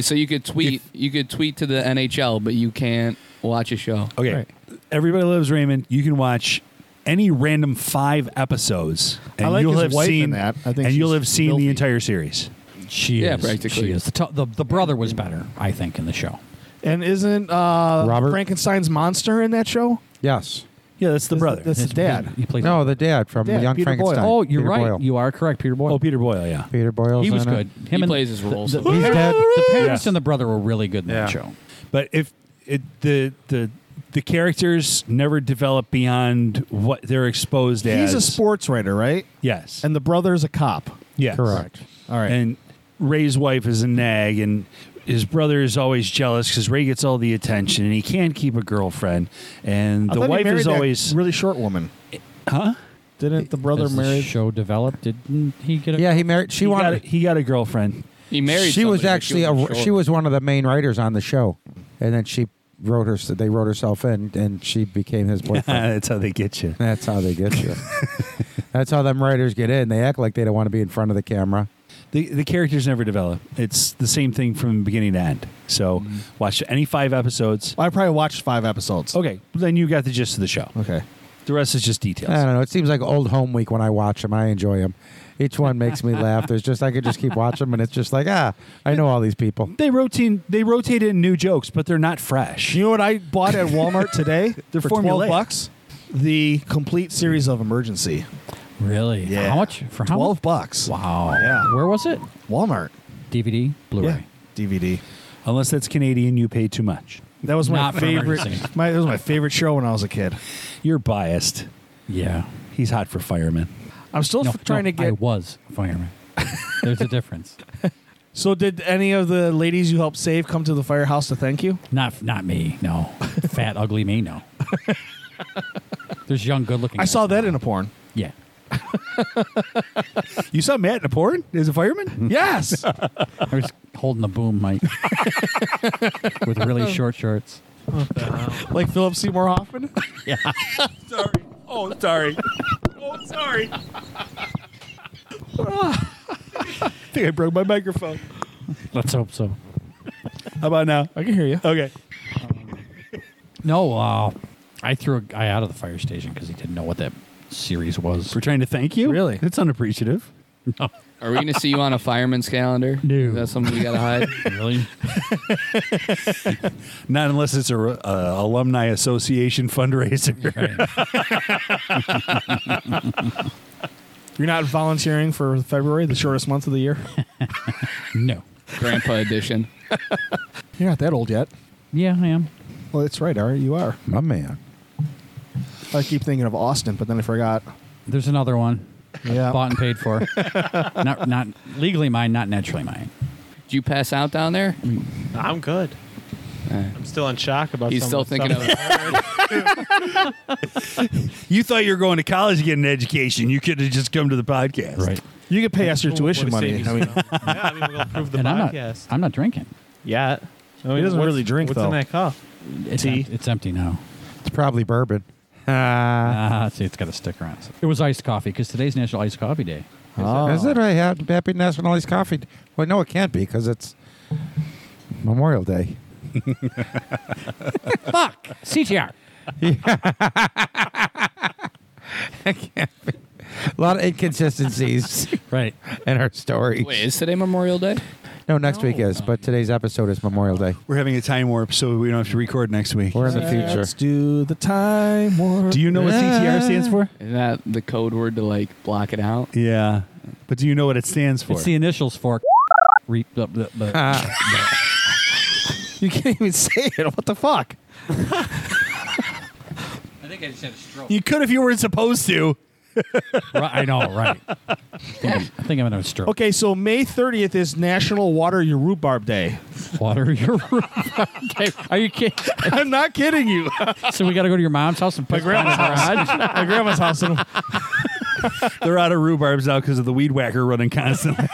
F: So you could tweet, you could tweet to the NHL, but you can't watch a show.
C: Okay. Everybody loves Raymond. You can watch any random five episodes, and
A: I like
C: you'll
A: his
C: have
A: wife in
C: seen
A: that. I think
C: and you'll
A: she's
C: have seen
A: filthy.
C: the entire series.
D: She
F: Yeah,
D: is.
F: practically.
D: She is. The, to- the the brother was better, I think, in the show.
A: And isn't uh,
B: Robert?
A: Frankenstein's monster in that show?
B: Yes.
C: Yeah, that's the
A: That's-
C: brother.
A: that's- It's
D: His-
A: dad.
D: He played.
B: No, the dad from
A: Dad,
B: Young
A: Peter
B: Frankenstein.
A: Boyle.
D: Oh, you're
B: Peter
D: right.
B: Boyle.
D: You are correct. Peter Boyle.
C: oh, Peter Boyle. Yeah.
B: Peter Boyle's
D: he was
B: in it.
D: good. Him
F: He
D: and
F: plays his roles.
D: The, the,
B: He's dead.
D: the parents
C: Yes.
D: and the brother were really good in that
B: Yeah.
D: show.
C: But if it, the the the characters never develop beyond what they're exposed as.
A: He's a sports writer, right?
C: Yes.
A: And the brother's a cop.
C: yes.
B: Correct.
A: All right.
C: And Ray's wife is a nag, and his brother is always jealous because Ray gets all the attention, and he can't keep a girlfriend. And
A: I
C: the
A: thought he
C: wife
A: married
C: is
A: that
C: always
A: really short woman.
C: huh.
A: Didn't the brother
D: As the
A: marry?
D: show developed, didn't he get a
B: Yeah, he married. She
C: he got a,
B: wanted.
C: he got a girlfriend.
F: He married.
B: she was
F: somebody, but
B: actually
F: wasn't
B: a,
F: sure.
B: she was one of the main writers on the show, and then she wrote her. They wrote herself in, and she became his
A: Uh,
B: boyfriend.
C: That's how they get you.
B: That's how they get you. That's how them writers get in. They act like they don't want to be in front of the camera.
C: The, the characters never develop. It's the same thing from beginning to end. So
A: Mm-hmm.
C: watch any five episodes.
A: I probably watched five episodes.
C: Okay, then you got the gist of the show.
A: Okay.
C: The rest is just details.
A: Uh,
B: I don't know. It seems like old home week when I watch them. I enjoy them. Each one makes me laugh. There's just I could just keep watching them, and it's just like ah, I know all these people.
C: They rotate they rotate in new jokes, but they're not fresh.
A: You know what I bought at Walmart today?
C: They're
A: for twelve
C: formulaic.
A: bucks. The complete series of Emergency.
D: Really?
A: Yeah.
D: How much for how
A: Twelve
D: much?
A: bucks.
D: Wow.
A: Yeah.
D: Where was it?
A: Walmart.
D: DVD, Blu-ray.
A: Yeah. DVD.
C: Unless that's Canadian, you pay too much.
A: That was my
D: Not for Emergency.
A: favorite. My, that was my favorite show when I was a kid.
C: You're biased.
D: Yeah.
C: He's hot for firemen.
A: I'm still
D: No,
A: f- trying
D: no,
A: to get.
D: I was a fireman. There's a difference.
A: so, did any of the ladies you helped save come to the firehouse to thank you?
D: Not not me. No. Fat, ugly me. No. There's young, good-looking.
A: I
D: guys.
A: saw that in a porn.
D: Yeah.
C: You saw Matt in a porn as a fireman?
A: Yes.
D: I was holding the boom mic with really short shorts.
A: like Philip Seymour Hoffman.
D: Yeah.
C: oh, sorry. Oh, sorry.
A: I think I broke my microphone.
D: Let's hope so.
C: How about now?
A: I can hear you.
C: Okay.
D: No. Uh, I threw a guy out of the fire station because he didn't know what that series was.
C: We're trying to thank you.
A: Really?
C: That's unappreciative.
F: Are we gonna see you on a fireman's calendar?
D: No.
F: Is that something we gotta hide?
D: Really?
C: Not unless it's a, uh alumni association fundraiser.
A: You're not volunteering for February, the shortest month of the year.
D: No.
F: Grandpa edition.
A: You're not that old yet.
D: Yeah, I am.
A: Well, that's right, Ari. You are.
B: My man.
A: I keep thinking of Austin, but then I forgot.
D: There's another one.
A: Yeah.
D: Bought and paid for. not not legally mine, not naturally mine.
F: Did you pass out down there?
E: I'm good.
F: Alright.
E: I'm still in shock about.
F: He's
E: some
F: still
E: the
F: thinking
E: stuff.
F: of
C: You thought you were going to college to get an education. You could have just come to the podcast.
A: You could pay us your
E: Ooh,
A: tuition
E: would've
A: money.
E: saved
A: I
E: you
A: mean,
E: some. yeah, I mean, we're gonna prove the
D: and I'm not,
E: podcast.
D: I'm not drinking.
E: yeah. I mean,
A: doesn't
E: what's-
A: really drink,
E: What's
A: though.
E: in that cup?
D: It's,
A: Tea?
D: emp- it's empty now.
B: It's probably bourbon. Ah,
D: Ah, see, it's got a sticker on it. It was iced coffee because today's National Iced Coffee Day.
B: is it a ha- happy National Ice Coffee? D- Well, no, it can't be because it's Memorial Day.
D: Fuck CTR.
B: A lot of inconsistencies
D: Right.
B: in our stories.
F: Wait, is today Memorial Day?
B: no, next week is, but today's episode is Memorial Day.
C: We're having a time warp, so we don't have to record next week.
B: We're in the future.
A: let's do the time warp.
C: Do you know what CTR stands for?
F: Isn't that the code word to like block it out?
C: Yeah. But do you know what it stands for?
D: It's the initials for re, the, the, the-
A: You can't even say it. What the fuck?
D: I think I just had a stroke.
C: You could if you were supposed to.
D: right, I know, right? I think I'm, I think I'm gonna have a stroke.
A: Okay, so May 30th is National Water Your Rhubarb Day.
D: Water your room. okay, are you kidding?
A: I'm not kidding you.
D: So we got to go to your mom's house and piss
A: grandma's
D: behind the garage?
A: My grandma's house. And
C: They're out of rhubarbs now because of the weed whacker running constantly.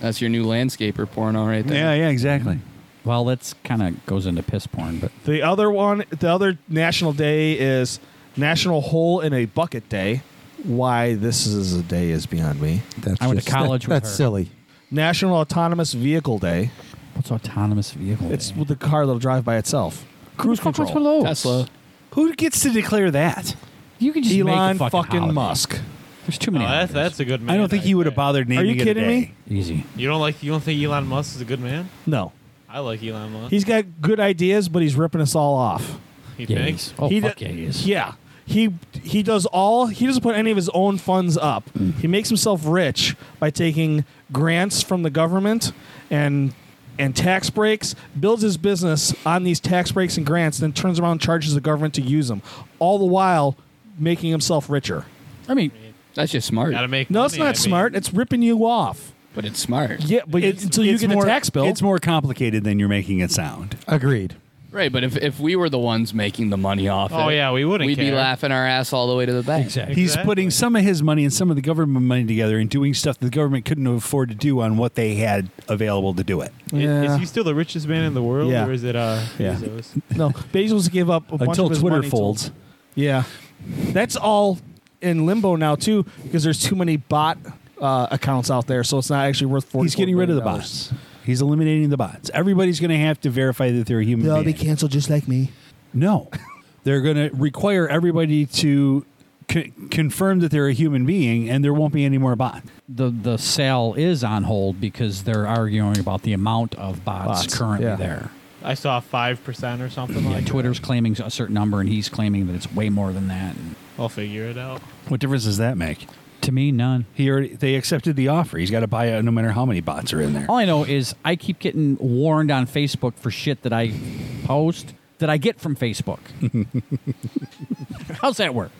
F: That's your new landscaper porno right there.
C: yeah, yeah, exactly.
D: Well, that's kind of goes into piss porn, but
A: the other one, the other national day is National Hole in a Bucket Day. Why this is a day is beyond me.
B: That's
D: I went to
B: just- that-
D: college with
B: that's
D: her.
B: silly.
A: National Autonomous Vehicle Day.
D: what's autonomous vehicle?
A: It's
D: day?
A: with the car that'll drive by itself. Cruise
D: Fuck, what's
A: control.
D: one of those?
F: Tesla.
C: Who gets to declare that?
D: You could just make a
A: Elon
D: fucking, holiday.
A: Musk.
D: There's too
E: Oh,
D: many.
E: that's,
D: holidays.
E: that's a good man.
C: I don't think
E: right
C: he would have
E: there.
C: bothered naming
A: you
C: it a
A: kidding me?
C: day.
D: easy.
E: You don't like you don't think Elon Musk is a good man?
A: No,
E: I like Elon Musk.
A: he's got good ideas, but he's ripping us all off.
E: he
D: Yeah, he
E: thinks.
D: is. Oh
A: He
D: fuck
A: d-
D: yeah, he is.
A: Yeah, he he does all. He doesn't put any of his own funds up.
C: Mm-hmm.
A: He makes himself rich by taking grants from the government and and tax breaks. Builds his business on these tax breaks and grants, then turns around and charges the government to use them. All the while making himself richer.
D: I mean,
F: That's just smart.
E: Gotta make
A: No, it's
E: money, I
A: not
E: mean.
A: smart. It's ripping you off.
F: But it's smart.
A: Yeah, but
C: It's-
A: until you
C: it's
A: get
C: more,
A: a tax bill,
C: It's more complicated than you're making it sound.
B: Agreed.
F: Right, but if, if we were the ones making the money off
E: Oh
F: it,
E: yeah, we wouldn't.
F: we'd be
E: care.
F: laughing our ass all the way to the bank.
D: exactly.
C: He's putting some of his money and some of the government money together and doing stuff the government couldn't afford to do on what they had available to do it.
E: I- Is,
A: Yeah.
E: he still the richest man in the world,
A: Yeah.
E: or is it? Uh,
A: Yeah.
E: Bezos?
A: no. Bezos gave up a bunch
C: Until
A: of his
C: Twitter
A: money to-
C: folds.
A: yeah, that's all in limbo now too because there's too many bot uh, accounts out there, so it's not actually worth. $44
C: He's getting rid of the
A: billion.
C: bots. He's eliminating the bots. Everybody's going to have to verify that they're a human. being.
A: canceled just like me.
C: No, they're going to require everybody to c- confirm that they're a human being, and there won't be any more bot.
D: the the sale is on hold because they're arguing about the amount of bots,
A: Bots,
D: currently
A: yeah.
D: there.
E: I saw five percent or something
D: Yeah,
E: like. that.
D: Twitter's claiming a certain number, and he's claiming that it's way more than that. And
E: I'll figure it out.
C: What difference does that make?
D: to me, none.
C: He already they accepted the offer. He's got to buy it no matter how many bots are in there.
D: All I know is I keep getting warned on Facebook for shit that I post that I get from Facebook. How's that work?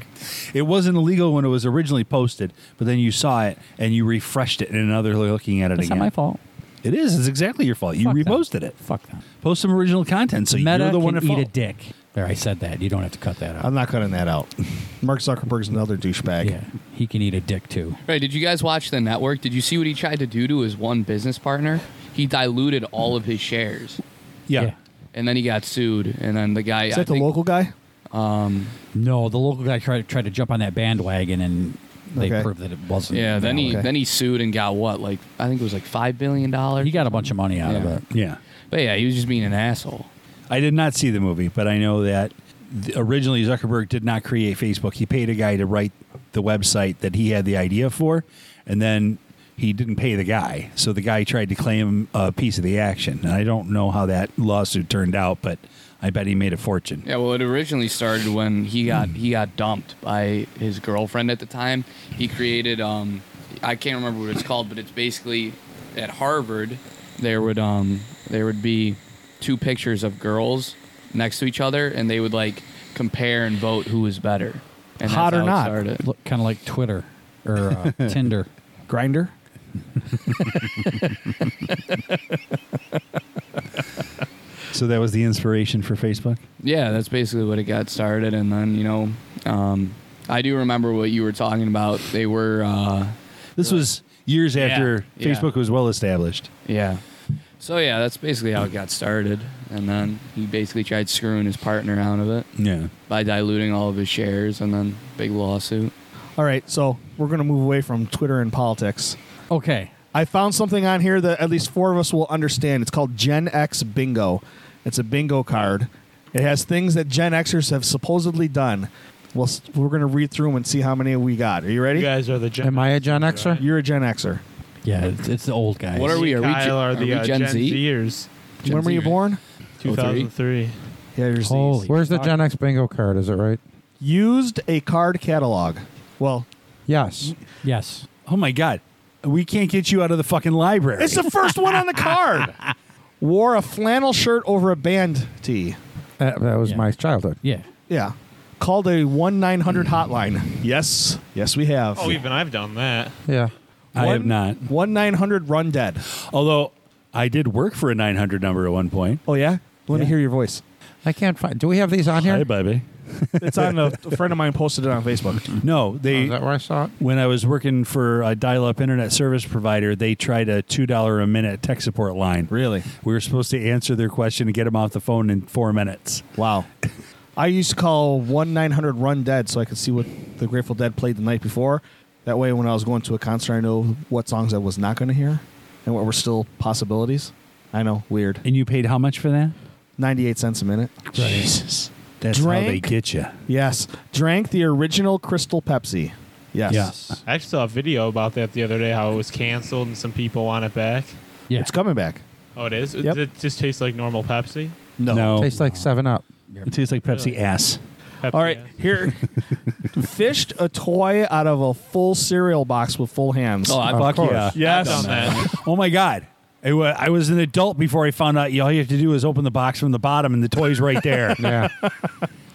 C: It wasn't illegal when it was originally posted, but then you saw it and you refreshed it, and now they're looking at it
D: That's
C: again.
D: not my fault.
C: It is. It's exactly your fault. You
D: Fuck them.
C: reposted it.
D: Fuck them.
C: Post some original content, so
D: Meta
C: you're the one
D: can
C: at
D: eat
C: fault.
D: a dick. There, I said that. You don't have to cut that out.
A: I'm not cutting that out. Mark Zuckerberg's another douchebag.
D: yeah, he can eat a dick too.
F: Right, did you guys watch the network? Did you see what he tried to do to his one business partner? He diluted all of his shares.
C: Yeah.
F: And then he got sued. And then the guy
A: Is
F: I
A: that the
F: think-
A: local guy?
D: No, the local guy tried, tried to jump on that bandwagon, and they
A: Okay.
D: proved that it wasn't.
F: Yeah, then he
A: Okay.
F: then he sued and got what? Like I think it was like five billion dollars.
D: he got a bunch of money out
F: Yeah.
D: of it.
C: Yeah.
F: But yeah, he was just being an asshole.
C: I did not see the movie, but I know that th- originally Zuckerberg did not create Facebook. He paid a guy to write the website that he had the idea for, and then he didn't pay the guy. So the guy tried to claim a piece of the action. And I don't know how that lawsuit turned out, but I bet he made a fortune.
F: Yeah, well, it originally started when he got he got dumped by his girlfriend at the time. He created um, I can't remember what it's called, but it's basically at Harvard there would um there would be two pictures of girls next to each other, and they would like compare and vote who was better. And that's
A: Hot or
F: how it
A: not.
F: started.
D: Look, kind of like Twitter or uh, Tinder.
A: Grinder?
C: So that was the inspiration for Facebook.
F: Yeah, that's basically what it got started, and then you know, um, I do remember what you were talking about. They were. Uh,
C: This was years after
F: yeah.
C: Facebook was well established.
F: Yeah. So yeah, that's basically how it got started, and then he basically tried screwing his partner out of it
C: Yeah.
F: by diluting all of his shares, and then big lawsuit.
A: All right, so we're going to move away from Twitter and politics.
D: Okay,
A: I found something on here that at least four of us will understand. It's called Gen X Bingo. It's a bingo card. It has things that Gen Xers have supposedly done. We'll, s- we're going to read through them and see how many we got. Are you ready?
E: You guys are the. Gen-
B: Am I a Gen Xer?
A: You're a Gen Xer.
D: yeah, it's, it's the old guys.
F: What are we? Are we,
E: Kyle are the
F: we
E: uh,
F: Gen, Z? Oh,
E: Zers.
F: Gen
A: when were
F: Z,
A: you
F: right?
A: born?
E: 2003.
A: Yeah, you're Zs.
D: Holy-
B: Where's the Gen X bingo card? Is it right?
A: Used a card catalog. Well,
B: Yes.
D: Yes.
C: Oh my God. We can't get you out of the fucking library.
A: It's the first one on the card. Wore a flannel shirt over a band tee.
B: That, that was
D: Yeah.
B: my childhood.
D: Yeah.
A: Yeah. Called a 1 900 hotline. Yes. Yes, we have.
E: Oh, even I've done that.
B: Yeah.
C: I have
A: One-
C: not.
A: 1 900 Run Dead.
C: Although I did work for a 900 number at one point.
A: Oh, yeah? Let me
C: Yeah.
A: hear your voice.
B: I can't find. Do we have these on here?
C: Hi,
B: Oh,
C: baby.
A: It's on a, a friend of mine posted it on Facebook.
C: No, they
B: is that where I saw it?
C: when I was working for a dial-up internet service provider, they tried a two dollar a minute tech support line.
A: Really?
C: We were supposed to answer their question and get them off the phone in four minutes.
A: Wow. I used to call 1 900 Run Dead so I could see what the Grateful Dead played the night before. That way, when I was going to a concert, I know what songs I was not going to hear and what were still possibilities. I know, weird.
C: And you paid how much for that?
A: 98 cents a minute.
C: Jesus, that's how they
A: Drank.
C: get you.
A: Yes. Drank the original Crystal Pepsi. Yes.
C: Yeah.
E: I actually saw a video about that the other day, how it was canceled and some people want it back.
D: Yeah.
A: It's coming back.
E: Oh, it is?
A: Yep.
E: Does it just tastes like normal Pepsi?
C: No,
B: Tastes like Seven Up.
C: it tastes like Pepsi
E: Really?
C: ass.
E: Pepsi
A: All right,
E: yeah.
A: here. Fished a toy out of a full cereal box with full hands.
F: Oh, I
B: Of
F: fuck
B: course.
C: Yeah.
E: I've done that.
C: Oh my god. I wa- I was an adult before I found out. you- All you have to do is open the box from the bottom, and the toy's right there.
B: Yeah.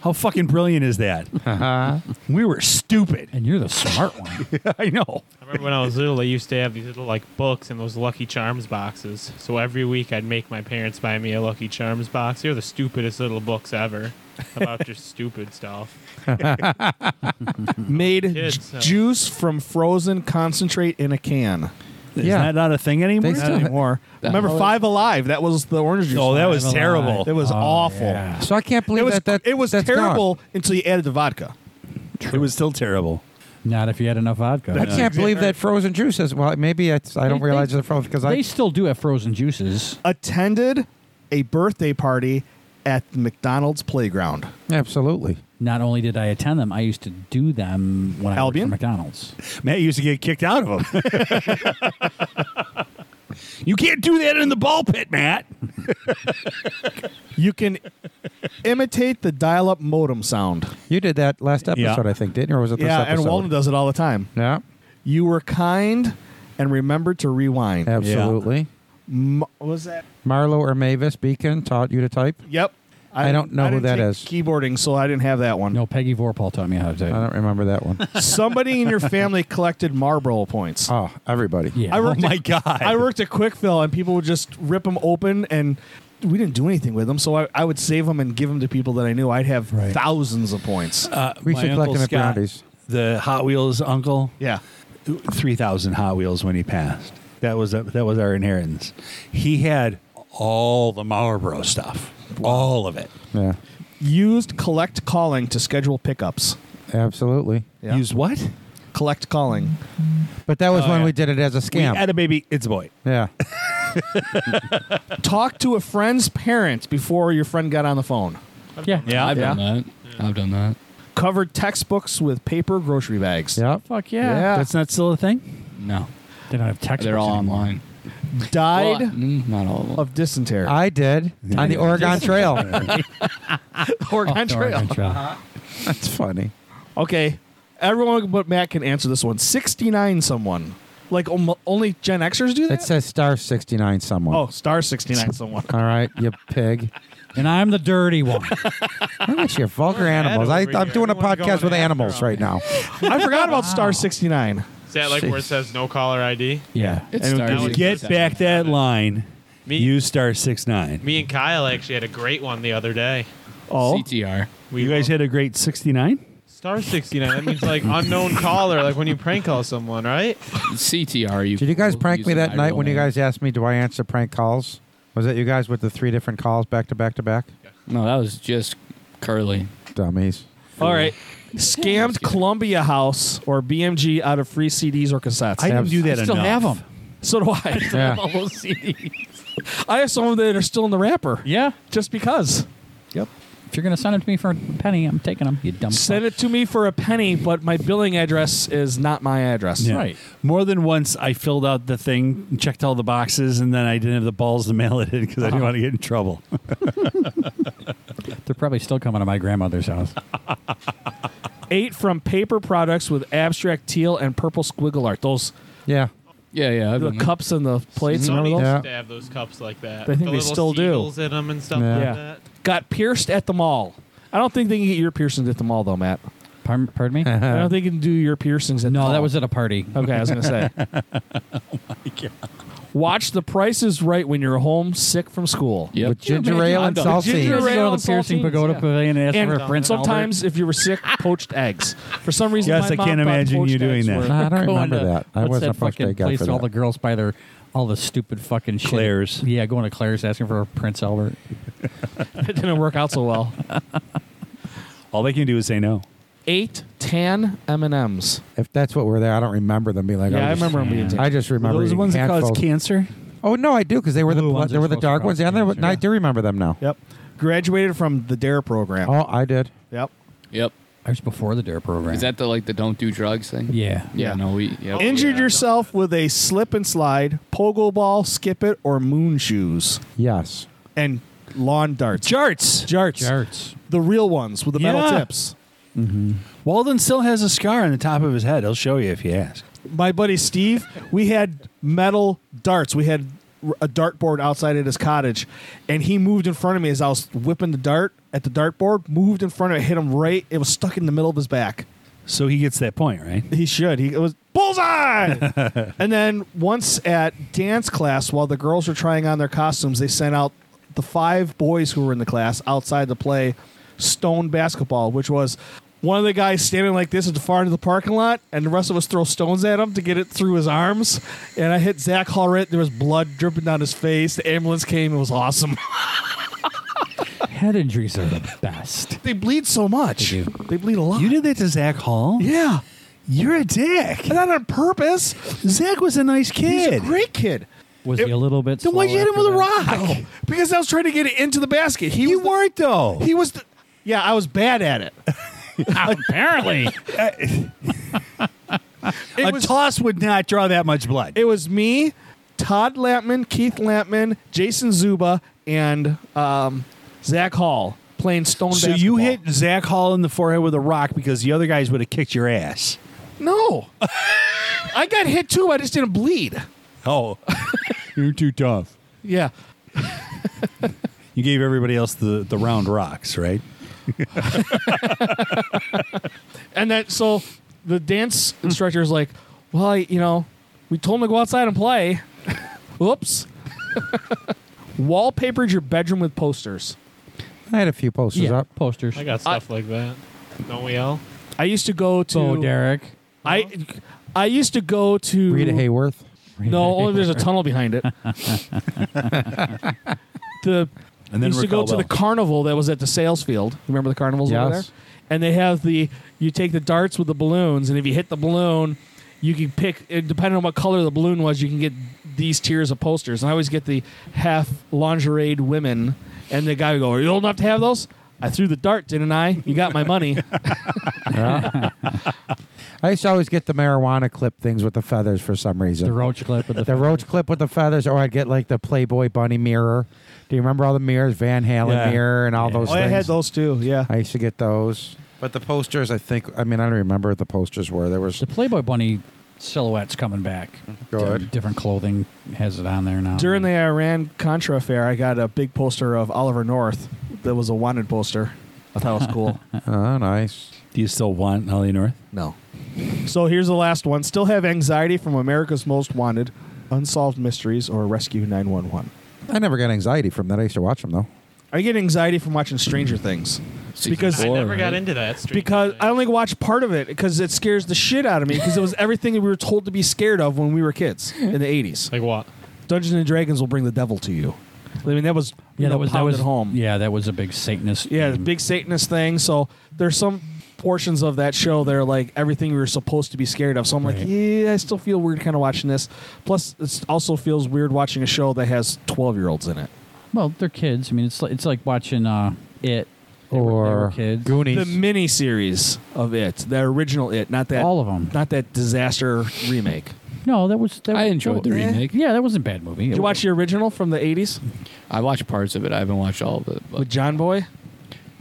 C: How fucking brilliant is that? We were stupid.
D: And you're the smart one.
C: I know.
E: I remember when I was little, they used to have these little like books in those Lucky Charms boxes. So every week, I'd make my parents buy me a Lucky Charms box. They're the stupidest little books ever about just stupid stuff.
A: Made
E: Kids,
A: ju-
E: uh,
A: juice from frozen concentrate in a can.
C: Is
B: Yeah.
C: that not a thing anymore?
B: They
A: Not
B: still-
A: anymore.
F: That-
A: Remember Five Alive? That was the orange juice.
C: Oh, that was
A: Five
C: terrible. Oh,
A: Alive. It was
D: Oh,
A: awful.
B: So I can't believe
A: It was
B: that, that
A: it was
B: that's gone.
A: terrible until you added the vodka.
C: It was still terrible.
D: Not if you had enough vodka.
B: I can't believe that frozen juice is. Well, maybe it's, I don't
D: They-
B: realize
D: they-
B: it's frozen because
D: They
B: I.
D: still do have frozen juices.
A: Attended a birthday party at McDonald's playground.
B: Absolutely.
D: Not only did I attend them, I used to do them when I worked
A: Albion?
D: for McDonald's.
C: Matt used to get kicked out of them. you can't do that in the ball pit, Matt.
A: You can imitate the dial-up modem sound.
B: You did that last
C: Yeah.
B: episode, I think, didn't you? Or was it this
A: Yeah,
B: episode?
A: and Walden does it all the time.
B: Yeah,
A: You were kind and remembered to rewind.
B: absolutely.
A: M- was that?
B: Marlo or Mavis Beacon taught you to type.
A: Yep.
B: I don't know who
A: didn't
B: that
A: take
B: is.
A: Keyboarding, so I didn't have that one.
D: No, Peggy Vorpal taught me how to do
B: I
D: it.
B: don't remember that one.
A: Somebody in your family collected Marlboro points.
B: oh, everybody.
D: Yeah.
A: I
C: Oh
A: worked.
C: my
A: at,
C: god.
A: I worked at Quickfill, and people would just rip them open, and we didn't do anything with them. So I, I would save them and give them to people that I knew. I'd have
D: Right.
A: thousands of points.
C: Uh,
B: We
C: my
B: should collect
C: Uncle
B: them at
C: Scott,
B: Brownies.
C: The Hot Wheels uncle,
A: yeah.
C: three thousand Hot Wheels when he passed. That was uh, that was our inheritance. He had all the Marlboro stuff, all of it.
B: Yeah,
A: Used collect calling to schedule pickups.
B: absolutely.
A: Yeah.
C: Used what?
A: collect calling.
B: But that was
C: Oh,
B: when
C: yeah.
B: we did it as a scam.
C: We had a baby. It's a boy.
B: yeah.
A: Talk to a friend's parents before your friend got on the phone.
D: yeah.
C: Yeah,
F: I've
A: Yeah.
F: done that. I've done that.
A: Covered textbooks with paper grocery bags.
B: Yep.
D: Fuck yeah.
A: Yeah.
C: That's not still a thing.
F: No,
D: They don't have textbooks
F: they're all
D: anymore.
F: online. Well,
A: Died
F: mm, not all of them.
A: of dysentery.
B: I did on the Oregon Trail.
A: Oregon
D: The Oregon Trail.
B: That's funny.
A: Okay. Everyone but Matt can answer this one. 69 someone. Like om- only Gen Xers do
B: It
A: that?
B: says star sixty nine someone.
A: oh, star 69 someone.
B: All right, you pig.
D: And I'm the dirty one.
B: Look at you, vulgar animals. I,
E: over
B: I'm
E: here.
B: doing a
E: Everyone's
B: podcast
E: going
B: with
E: after
B: animals
E: them.
B: right now.
A: I forgot about star 69.
E: Is that like where it says no caller ID?
D: Yeah.
F: It
A: And
F: started
E: now
F: at
E: it's
C: Get
F: 67.
C: back that line.
E: Me-
C: Use star six nine.
E: Me and Kyle actually had a great one the other day.
A: Oh.
F: CTR.
E: We
C: You guys had a great sixty nine.
E: star sixty nine. That means like unknown caller, like when you prank call someone, right?
F: CTR. You
B: Did you guys
F: people
B: prank me
F: using
B: that
F: my
B: night
F: real
B: when you
F: name.
B: guys asked me, do I answer prank calls? Was that you guys with the three different calls back to back to back?
F: No, that was just Curly.
B: Dummies.
A: All right. Scammed Columbia House or BMG out of free CDs or cassettes.
C: I didn't do that
D: I still
C: enough.
D: have them.
A: so do I.
B: Yeah.
A: I have some of them that are still in the wrapper.
D: Yeah.
A: Just because.
D: If you're going to send them to me for a penny, I'm taking them, you dumb
A: Send it to me for a penny, but my billing address is not my address.
C: Yeah.
D: Right.
C: More than once, I filled out the thing, checked all the boxes, and then I didn't have the balls to mail it in because I
D: Uh-huh.
C: didn't want to get in trouble.
D: fuck. They're probably still coming to my grandmother's house.
A: Eight from paper products with abstract teal and purple squiggle art. Those
B: Yeah.
F: Yeah, yeah. I've
G: The
F: been there.
G: cups and the plates.
A: Mm-hmm.
E: Somebody
G: Remember those?
B: Yeah.
E: used to have those cups like that.
G: I think
E: the
G: they
E: little
G: still do.
E: seagulls in them and stuff
B: Yeah.
E: like
G: Yeah.
E: that.
G: Got pierced at the mall. I don't think they can get your piercings at the mall though, Matt.
D: Pardon, pardon me?
G: I don't think you can do your piercings at the
D: no,
G: mall.
D: that was at a party.
G: Okay, I was gonna say. Watch The Price is Right when you're home sick from school.
F: Yep.
B: With ginger ale and
F: I've done-
B: saltines.
G: Ginger
D: You
G: ale
D: go to
G: and
D: the piercing
G: saltines,
D: pagoda
G: yeah.
D: pavilion and ask
G: And
D: for a Prince Albert.
G: sometimes, if you were sick, poached eggs. For some reason,
C: Yes,
G: my
C: I
G: mom
C: can't
G: thought
C: imagine you
G: poached
C: doing
G: eggs
C: that.
G: were-
B: I don't
D: going
B: remember
D: to-
B: that. I
D: what's
B: wasn't a
D: that fucking
B: fucking guy
D: place
B: for
D: all
B: that.
D: the girls buy their all the stupid fucking shit.
C: Claire's.
D: Yeah, going to Claire's asking for a Prince Albert.
G: it didn't work out so well.
C: All they can do is say no.
G: Eight tan M and M's.
B: If that's what we're there, I don't remember them being like. oh,
G: Yeah, I
B: just-
G: remember them being tan.
B: I just remember
C: Those
B: eating
C: ones that cause
B: handfuls.
C: cancer.
B: Oh no, I do because they were the
D: Blue
B: pla-
D: ones
B: they
D: are
B: were the
D: supposed to
B: dark ones. Yeah, they were,
D: cause
B: I do remember them now.
A: Yep. Graduated from the DARE program.
B: Oh, I did.
A: Yep.
F: Yep.
D: I was before the Dare program.
F: Is that the like the don't do drugs thing?
D: Yeah.
F: Yeah.
A: Yeah.
F: No. We
G: Oh,
F: yep,
A: Injured
F: yeah.
A: yourself with a slip and slide, pogo ball, skip it, or moon shoes,
B: Yes.
A: and lawn darts.
C: Jarts.
A: Jarts.
D: Jarts.
A: The real ones with the metal
C: Yeah.
A: tips.
C: Walden still has a scar on the top of his head. He'll show you if you ask.
A: My buddy Steve, we had metal darts. We had r- a dartboard outside at his cottage, and he moved in front of me as I was whipping the dart at the dartboard, moved in front of it, hit him right. It was stuck in the middle of his back.
C: So he gets that point, right?
A: He should. He it was bullseye. and then once at dance class, while the girls were trying on their costumes, they sent out the five boys who were in the class outside to play stone basketball, which was one of the guys standing like this at the far end of the parking lot, and the rest of us throw stones at him to get it through his arms. And I hit Zach Hallrett. There was blood dripping down his face. The ambulance came. It was awesome.
D: Head injuries are the best.
A: they bleed so much.
D: They
A: They,
D: do.
A: bleed a lot.
C: You did that to Zach Hall?
A: yeah.
C: You're a dick.
A: Not on purpose.
C: Zach was a nice
A: He's a
C: kid.
A: great kid.
D: Was
A: It-
D: he a little bit?
A: Then why'd you hit
D: slow
A: him with a
D: after
A: rock? Because I was trying to get it into the basket. He
C: You
A: was
C: weren't though.
A: the, he was the, yeah, I was bad at it.
D: that? Apparently,
A: It
C: a
A: was
C: toss would not draw that much blood.
A: it was me, Todd Lampman, Keith Lampman, Jason Zuba, and um, Zach Hall playing stone.
C: so you hit Zach Hall in the forehead with a rock because the other guys would have kicked your ass.
A: no. I got hit too. I just didn't bleed.
C: Oh, you're too tough.
A: Yeah,
C: You gave everybody else the, the round rocks, right?
A: and that so the dance
G: Mm.
A: instructor is like, well, I, you know, we told him to go outside and play. Whoops. Wallpapered your bedroom with posters.
B: I had a few posters
D: yeah.
B: up.
D: Posters.
E: I got stuff like that. Don't we all?
A: I used to go to
G: Oh,
D: So Derek.
A: I I used to go to
B: Rita Hayworth.
A: No, only there's a tunnel behind it. the
C: And then
A: used to go to
C: Raquel
A: the
C: Bell.
A: carnival that was at the sales field. Remember the carnivals over there?
B: Yes.
A: And they have the you take the darts with the balloons, and if you hit the balloon, you can pick. it- Depending on what color the balloon was, you can get these tiers of posters. And I always get the half lingerie women, and the guy would go, "Are you old enough to have those?" I threw the dart, didn't I? You got my money.
B: I used to always get the marijuana clip things with the feathers for some reason.
D: The roach clip with the.
B: The roach clip with the feathers, or I'd get like the Playboy bunny mirror. Do you remember all the mirrors, Van Halen
C: Yeah.
B: mirror, and all those
A: oh, I
B: things?
A: had those too. Yeah.
B: I used to get those. But the posters, I think, I mean, I don't remember what the posters were. There was
D: the Playboy Bunny silhouette's coming back.
B: Good.
D: Different clothing has it on there now.
A: During the Iran Contra affair, I got a big poster of Oliver North that was a wanted poster. I thought it was cool.
B: oh, nice.
C: Do you still want Holly North?
A: no. So here's the last one. Still have anxiety from America's Most Wanted, Unsolved Mysteries, or Rescue 911.
B: I never got anxiety from that. I used to watch them though.
A: I get anxiety from watching Stranger Things. It's
F: Season
A: because
E: I
F: Four,
E: never got
F: right?
E: into that. Stranger
A: because
E: Things.
A: I only watched part of it because it scares the shit out of me because it was everything that we were told to be scared of when we were kids in the 80s.
E: like what?
A: Dungeons and Dragons will bring the devil to you. I mean that was you
D: yeah,
A: know,
D: that was that was
A: pounded home.
D: Yeah, that was a big Satanist.
A: Yeah, the
D: theme.
A: big Satanist thing. So there's some portions of that show that are like everything we were supposed to be scared of. So I'm
D: Right.
A: like, yeah, I still feel weird kind of watching this. Plus, it also feels weird watching a show that has 12 year olds in it.
D: Well, they're kids. I mean, it's like, it's like watching uh, it They were- they were
B: Or
D: kids.
A: The
B: Goonies.
A: mini series of it, the original it, not that
D: All of 'em.
A: not that disaster remake.
D: No, that was. That,
F: I enjoyed
D: that,
F: the remake.
D: Yeah, that wasn't a bad movie.
A: Did you watch the original from the 80s
F: I watched parts of it. I haven't watched all of it, but
A: with John Boy?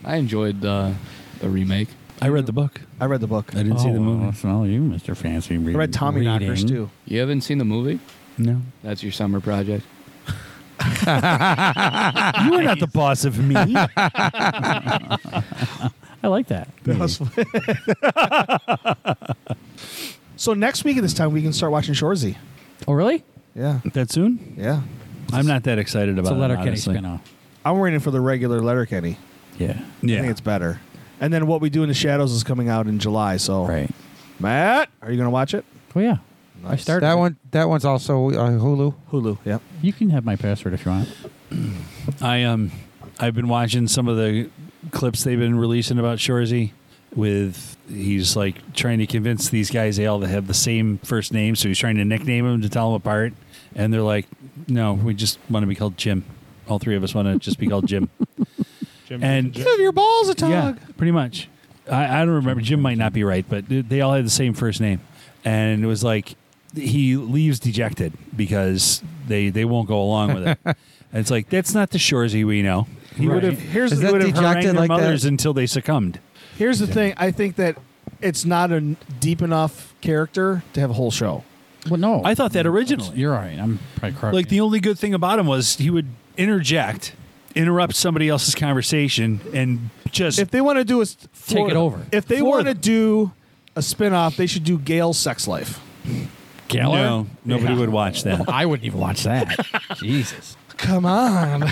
F: I enjoyed the the remake.
C: I read the book. Oh,
A: I read the book.
C: I didn't see the movie.
D: Well, you, Mr. Fancy.
A: I read Tommy Knockers too.
F: You haven't seen the movie?
C: No,
F: That's your summer project.
C: you are not the boss of me.
D: I like that.
A: That
C: Mm.
A: was- so next week at this time we can start watching Shorzy.
D: Oh, really?
A: Yeah,
C: that soon?
A: yeah.
C: I'm not that excited
D: It's
C: about
D: a
C: it.
D: Letterkenny
C: honestly.
D: spin-off.
A: I'm waiting for the regular letter Kenny.
D: Yeah.
C: Yeah,
A: I think it's better. And then what we do in the shadows is coming out in July. So
D: Right.
A: Matt, are you gonna watch it?
D: Well, Oh, yeah. I
A: Nice.
D: started.
B: That
D: it.
B: one. That one's also uh, Hulu.
A: Hulu. Yep.
D: You can have my password if you want.
C: I um, I've been watching some of the clips they've been releasing about Shorzy. With he's like trying to convince these guys they all have the same first name, so he's trying to nickname them to tell them apart. And they're like, "No, we just want to be called Jim. All three of us want to just be called Jim."
E: Jim
C: And-
E: Jim-
A: your balls a
C: Yeah, pretty much. I, I don't remember. Jim might not be right, but th- they all had the same first name, and it was like he leaves dejected because they they won't go along with it. and it's like that's not the Shorzy we know. He would have
A: Here's
B: Is
A: the,
B: that
C: would have harangued
B: dejected
C: their
B: like
C: mothers
B: that?
C: until they succumbed.
A: here's the thing. I think that it's not a n- deep enough character to have a whole show.
D: Well, no.
C: I thought that originally.
D: You're all right. I'm probably correct.
C: Like the only good thing about him was he would interject, interrupt somebody else's conversation, and just
A: If they want to do a s-
D: Take it over.
A: If they
C: Floor
A: want to
C: them.
A: do a spin-off, they should do Gail's sex life.
D: Geller?
C: no, nobody would watch that.
D: I wouldn't even watch that. Jesus.
A: Come on.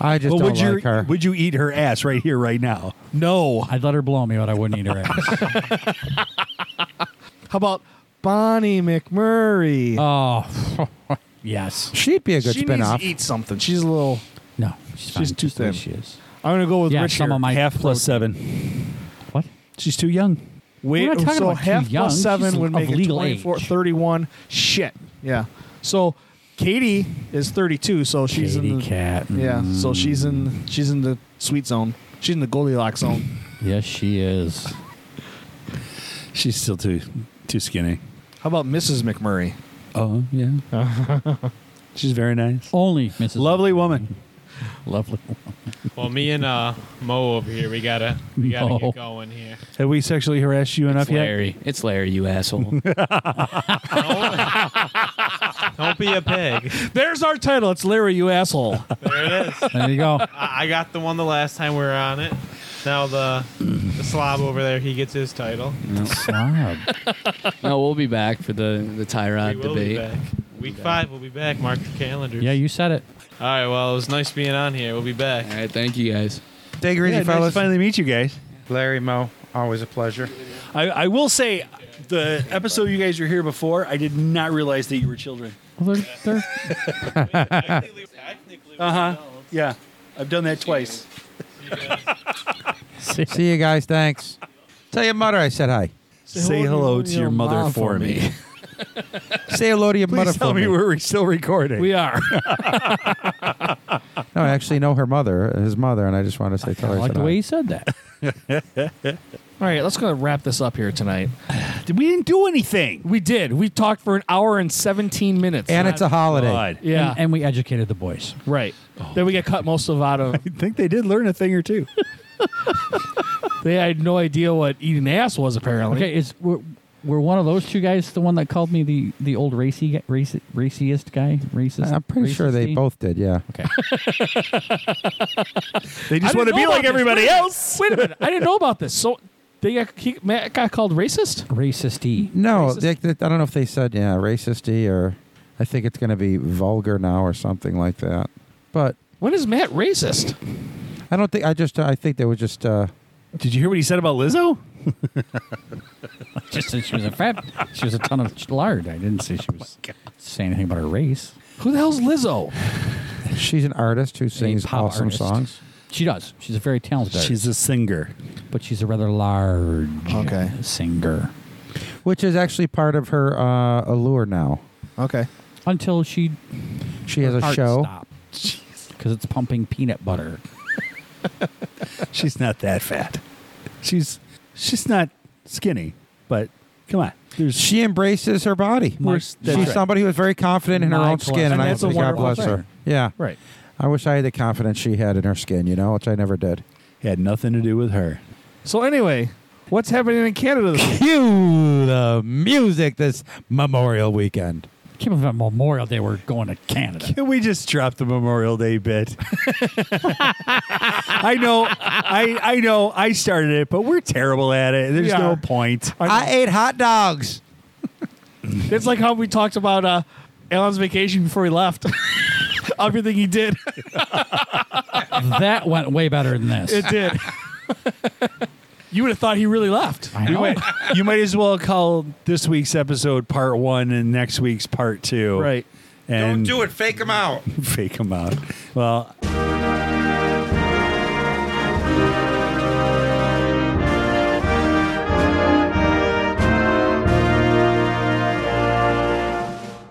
B: I just
C: Well,
B: don't
C: would you
B: like her.
C: would you eat her ass right here, right now?
A: no.
D: I'd let her blow me, but I wouldn't eat her ass.
A: How about Bonnie McMurray?
D: Oh, yes.
B: She'd be a good
A: she
B: spinoff.
A: needs to eat something. She's a little.
D: No, she's, fine,
A: too
D: just the way
A: thin.
D: She is.
A: I'm gonna go with
D: Yeah,
A: Rich
D: some
A: here.
D: of my
C: half plus seven.
D: What?
C: She's too young.
A: Wait,
D: We're not talking
A: so
D: about too
A: half
D: young.
A: plus seven
D: She's
A: would
D: of
A: make it
D: legal
A: 24,
D: age.
A: 31. Shit. Yeah. So Katie is 32, so she's in
D: Katie
A: the,
D: Cat.
A: Yeah. So she's in she's in the sweet zone. She's in the Goldilocks zone.
D: Yes, she is.
C: She's still too too skinny.
A: How about Mrs. McMurray?
C: Oh yeah. She's very nice.
D: Only Mrs.
C: Lovely woman.
D: Lovely.
E: well, me and uh, Mo over here, we gotta we gotta
D: Mo.
E: get going here.
C: Have we sexually harassed you enough
F: It's Larry. It's Larry, you asshole.
E: Don't be a pig.
A: There's our title. It's Larry, you asshole.
E: There it is.
D: There you go.
E: I, I got the one the last time we were on it. Now the the slob over there, he gets his title.
D: Slob.
F: no, we'll be back for the the
E: We
F: Tyrod
E: will be
F: debate.
E: back. Week five, we'll be back. Mark your calendars.
D: Yeah, you said it.
E: All right. Well, it was nice being on here. We'll be back.
F: All right, thank you guys.
B: Take her
C: yet?
B: easy,
C: Yeah, nice to
B: fellas.
C: finally meet you guys.
B: Larry Mo, always a pleasure.
C: I, I will say, the episode you guys were here before, I did not realize that you were children.
D: Well, they're, they're,
C: Uh huh. Yeah, I've done that twice.
B: See you guys. Thanks. Tell your mother I said hi.
C: Say hello to your mother for me.
B: Say hello to your mother
C: Please tell
B: for
C: me
B: me.
C: we're still recording.
D: we are.
B: No, I actually know her mother, his mother, and I just want to say tell
D: I
B: her. I
D: like
B: said
D: the way
B: hi.
D: you said that.
A: All right, let's go wrap this up here tonight.
C: we didn't do anything.
A: We did. We talked for an hour and 17 minutes.
B: And it's a holiday.
C: God.
A: yeah,
D: And, and we educated the boys.
A: right. Then we got cut most of out of.
C: I think they did learn a thing or two.
A: They had no idea what eating ass was apparently.
D: Okay, is were, were one of those two guys the one that called me the the old racy gu- raci, raciest guy? Racist.
B: I'm pretty sure they
D: racisty?
B: both did. Yeah.
D: Okay.
C: They just
A: I didn't
C: want to be
A: know
C: like
A: about this. Wait a
C: everybody
A: minute.
C: else.
A: Wait a minute. I didn't know about this. So they got he, Matt got called racist.
D: Racisty.
B: No,
A: Racist?
B: they, they- I don't know if they said yeah, racisty or I think it's going to be vulgar now or something like that. But
A: When is Matt racist?
B: I don't think I just I think they were just uh,
C: Did you hear what he said about Lizzo?
D: Just that she was a fat. She was a ton of lard. I didn't say she was saying anything about her race.
A: Who the hell's Lizzo?
B: she's an artist who sings
D: pop
B: awesome
D: artist.
B: songs.
D: She does. She's a very talented. artist.
C: She's a singer.
D: but she's a rather large
A: Okay.
D: singer
B: which is actually part of her uh, allure now.
A: Okay.
D: until she
B: She has a show.
D: because it's pumping peanut butter.
C: She's not that fat. She's she's not skinny, but come on. There's
B: She embraces her body.
D: My-
B: She's
D: that's right.
B: somebody who is very confident in her
D: My
B: own skin,
D: pleasure.
B: and I
A: That's a
B: think God
A: wonderful
B: bless her.
A: thing.
B: Yeah,
A: Right.
B: I wish I had the confidence she had in her skin, you know, which I never did.
C: had nothing to do with her.
A: So anyway, What's happening in Canada? this week?
B: Cue the music this Memorial Weekend.
D: I can't believe on Memorial Day we're going to Canada.
C: Can we just drop the Memorial Day bit? I know, I I know, I started it, but we're terrible at it. There's
A: We
C: no
A: are.
C: point.
B: I ate hot dogs.
A: It's like how we talked about uh, Alan's vacation before he left. Everything he did,
D: that went way better than this.
A: it did. you would have thought he really left.
D: I know.
C: you might as well call this week's episode part one and next week's part two.
A: Right.
C: And
B: Don't do it. Fake them out.
C: Fake them out. Well,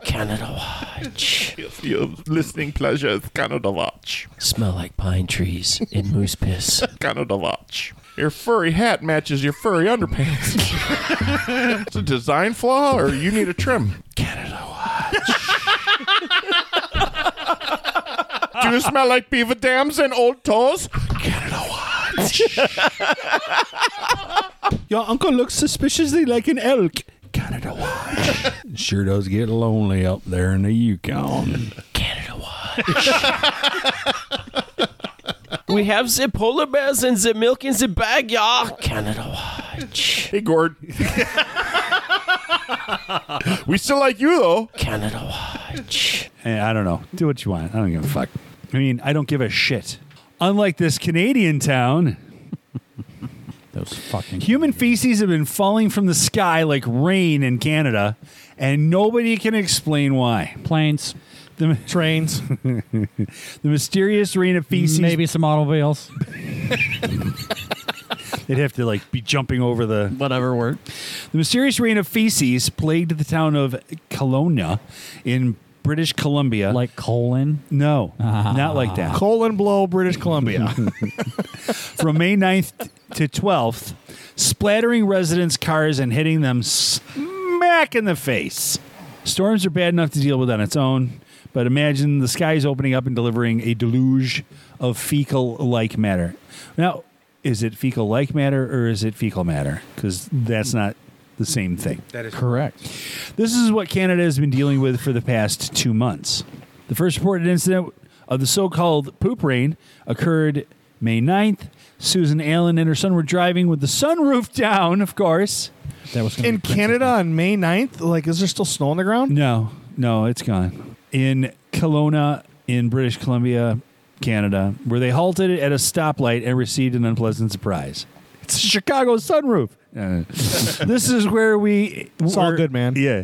H: Canada Watch.
I: Your listening pleasure is Canada Watch.
H: Smell like pine trees and moose piss.
I: Canada Watch. Your furry hat matches your furry underpants. it's a design flaw, or you need a trim. Canada Watch. Do you smell like beaver dams and old toes? Canada Watch.
C: your uncle looks suspiciously like an elk. Canada Watch. sure does get lonely up there in the Yukon.
H: Canada Watch. we have the polar bears and the milk in the bag, y'all. Canada Watch.
I: Hey, Gord. we still like you, though.
H: Canada Watch.
C: And I don't know. Do what you want. I don't give a fuck. I mean, I don't give a shit. Unlike this Canadian town,
D: Those fucking
C: human feces have been falling from the sky like rain in Canada, and nobody can explain why.
D: planes,
C: The,
A: Trains.
C: the mysterious rain of feces.
D: maybe some automobiles.
C: They'd have to like be jumping over the
H: Whatever word.
C: The mysterious rain of feces plagued the town of Kelowna in British Columbia.
D: like colon.
C: no, not like that.
A: Colon blow, British Columbia.
C: From May 9th to 12th, splattering residents' cars and hitting them smack in the face. Storms are bad enough to deal with on its own, but imagine the skies opening up and delivering a deluge of fecal like matter. Now, is it fecal like matter or is it fecal matter? Because that's not the same thing.
D: Correct.
C: This is what Canada has been dealing with for the past two months. The first reported incident of the so called poop rain occurred May 9th. Susan Allen and her son were driving with the sunroof down, of course.
D: That was gonna
A: in
D: be Prince's
A: Canada on May 9th? Like, is there still snow on the ground?
C: No, no, it's gone. In Kelowna, in British Columbia, Canada, where they halted at a stoplight and received an unpleasant surprise. It's a Chicago sunroof. Uh, this is where we.
A: It's all
C: were-
A: good, man.
C: Yeah.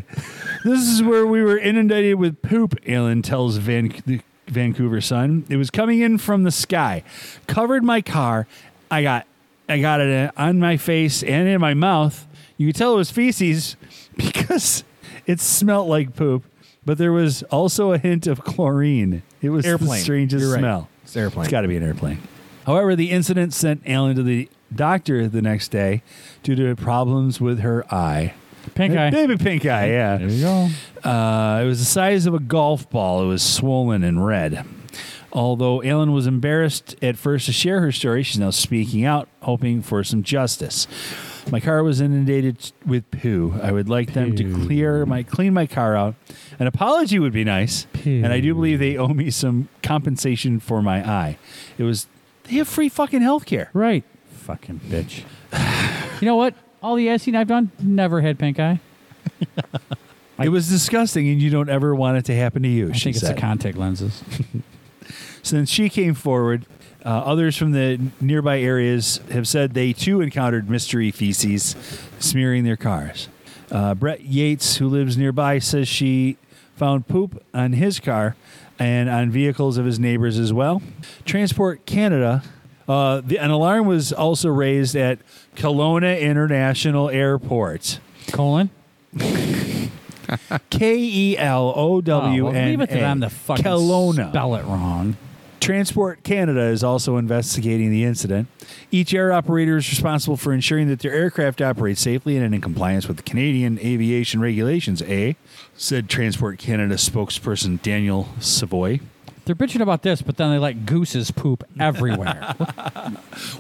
C: This is where we were inundated with poop, Alan tells Van- the Vancouver Sun. It was coming in from the sky, covered my car. I got, I got it uh, on my face and in my mouth. You could tell it was feces because it smelt like poop, but there was also a hint of chlorine. It was the
A: Airplane.
C: strangest
A: You're right.
C: smell.
A: It's airplane.
C: It's got to be an airplane. However, the incident sent Alan to the doctor the next day due to problems with her eye.
D: pink eye.
C: Baby pink eye, yeah.
D: There you go.
C: Uh, it was the size of a golf ball. It was swollen and red. Although Ellen was embarrassed at first to share her story, she's now speaking out, hoping for some justice. My car was inundated with poo. I would like them to clear my clean my car out. An apology would be nice, and I do believe they owe me some compensation for my eye. It was they have free fucking health care.
D: Right.
C: Fucking bitch.
D: You know what? All the icing I've done never had pink eye.
C: it was disgusting, and you don't ever want it to happen to you.
D: I
C: she
D: think it's
C: said.
D: the contact lenses.
C: Since she came forward, uh, others from the nearby areas have said they too encountered mystery feces smearing their cars. Uh, Brett Yates, who lives nearby, says she found poop on his car and on vehicles of his neighbors as well. Transport Canada. Uh, the, an alarm was also raised at Kelowna International Airport.
D: colon.
C: K E L O W
D: Oh, well,
C: N.
D: leave it to them to fucking
C: Kelowna.
D: spell it wrong.
C: Transport Canada is also investigating the incident. Each air operator is responsible for ensuring that their aircraft operates safely and in compliance with the Canadian aviation regulations, eh? Said Transport Canada spokesperson Daniel Savoy.
D: They're bitching about this, but then they let gooses poop everywhere.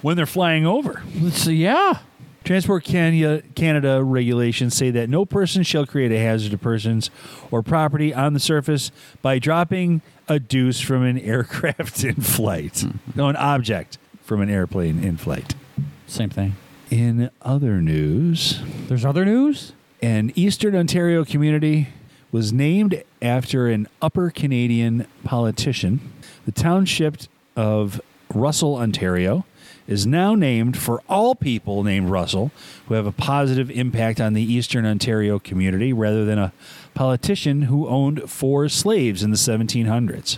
C: When they're flying over.
D: so yeah,
C: Transport Canada, Canada regulations say that no person shall create a hazard to persons or property on the surface by dropping a deuce from an aircraft in flight. No, an object from an airplane in flight.
D: Same thing.
C: In other news,
D: There's other news?
C: an Eastern Ontario community was named after an upper Canadian politician. The township of Russell, Ontario, is now named for all people named Russell who have a positive impact on the Eastern Ontario community rather than a politician who owned four slaves in the 1700s.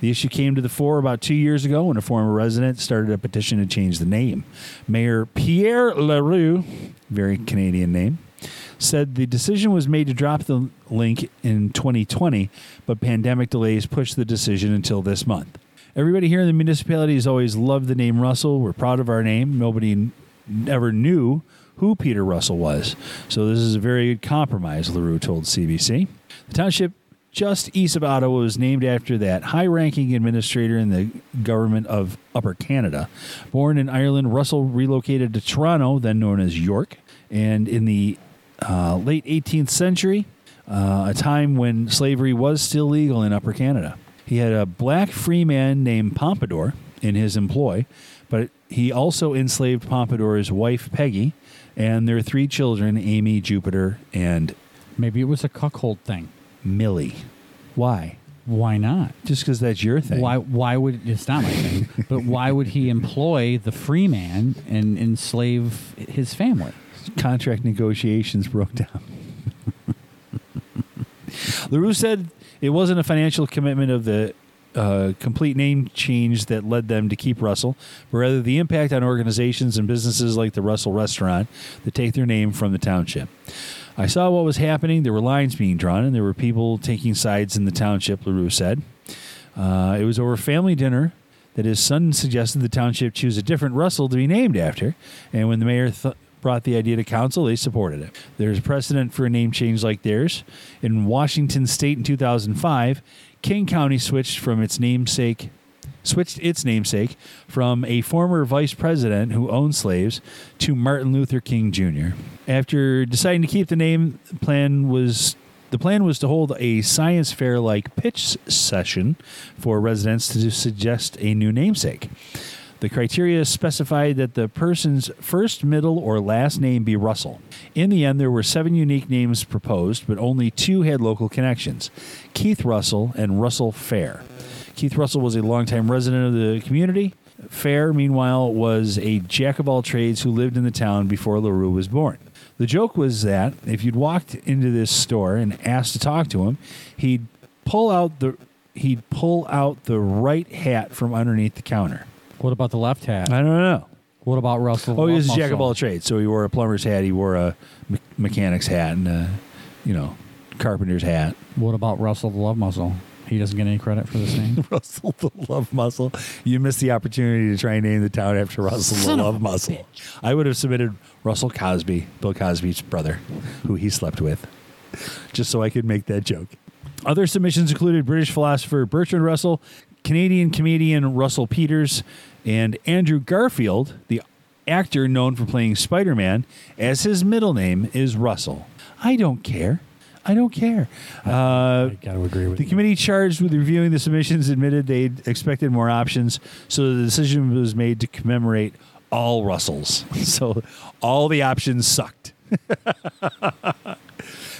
C: The issue came to the fore about two years ago when a former resident started a petition to change the name. Mayor Pierre Leroux, very Canadian name, said the decision was made to drop the link in 2020, but pandemic delays pushed the decision until this month. Everybody here in the municipality has always loved the name Russell. We're proud of our name. Nobody n- ever knew who Peter Russell was. So this is a very good compromise, LaRue told CBC. The township just east of Ottawa was named after that high ranking administrator in the government of Upper Canada. Born in Ireland, Russell relocated to Toronto, then known as York, and in the uh, late 18th century, uh, a time when slavery was still legal in Upper Canada. He had a black free man named Pompadour in his employ, but he also enslaved Pompadour's wife, Peggy, and their three children, Amy, Jupiter, and
D: Maybe it was a cuckold thing.
C: Millie. Why?
D: Why not?
C: Just because that's your thing.
D: Why? Why would it's not my thing? but why would he employ the free man and enslave his family?
C: contract negotiations broke down. LaRue said it wasn't a financial commitment of the uh, complete name change that led them to keep Russell, but rather the impact on organizations and businesses like the Russell Restaurant that take their name from the township. I saw what was happening. There were lines being drawn, and there were people taking sides in the township, LaRue said. Uh, it was over family dinner that his son suggested the township choose a different Russell to be named after, and when the mayor th- brought the idea to council, they supported it. There's precedent for a name change like theirs. In Washington State in 2005, King County switched from its namesake switched its namesake from a former vice president who owned slaves to Martin Luther King Jr. After deciding to keep the name, the plan was the plan was to hold a science fair like pitch session for residents to suggest a new namesake. The criteria specified that the person's first, middle, or last name be Russell. In the end, there were seven unique names proposed, but only two had local connections Keith Russell and Russell Fair. Keith Russell was a longtime resident of the community. Fair, meanwhile, was a jack of all trades who lived in the town before LaRue was born. The joke was that if you'd walked into this store and asked to talk to him, he'd pull out the he'd pull out the right hat from underneath the counter.
D: What about the left hat?
C: I don't know.
D: What about Russell?
C: Oh, he was a
D: Muscle?
C: jack of all trades. So he wore a plumber's hat, he wore a me- mechanic's hat, and a you know carpenter's hat.
D: What about Russell the Love Muscle? He doesn't get any credit for this name.
C: Russell the Love Muscle. You missed the opportunity to try and name the town after Russell the Love Muscle. I would have submitted Russell Cosby, Bill Cosby's brother, who he slept with, just so I could make that joke. Other submissions included British philosopher Bertrand Russell, Canadian comedian Russell Peters, and Andrew Garfield, the actor known for playing Spider Man, as his middle name is Russell. I don't care. I don't care. Uh,
G: Got to agree with
C: the committee charged with reviewing the submissions admitted they expected more options, so the decision was made to commemorate all Russells. So all the options sucked.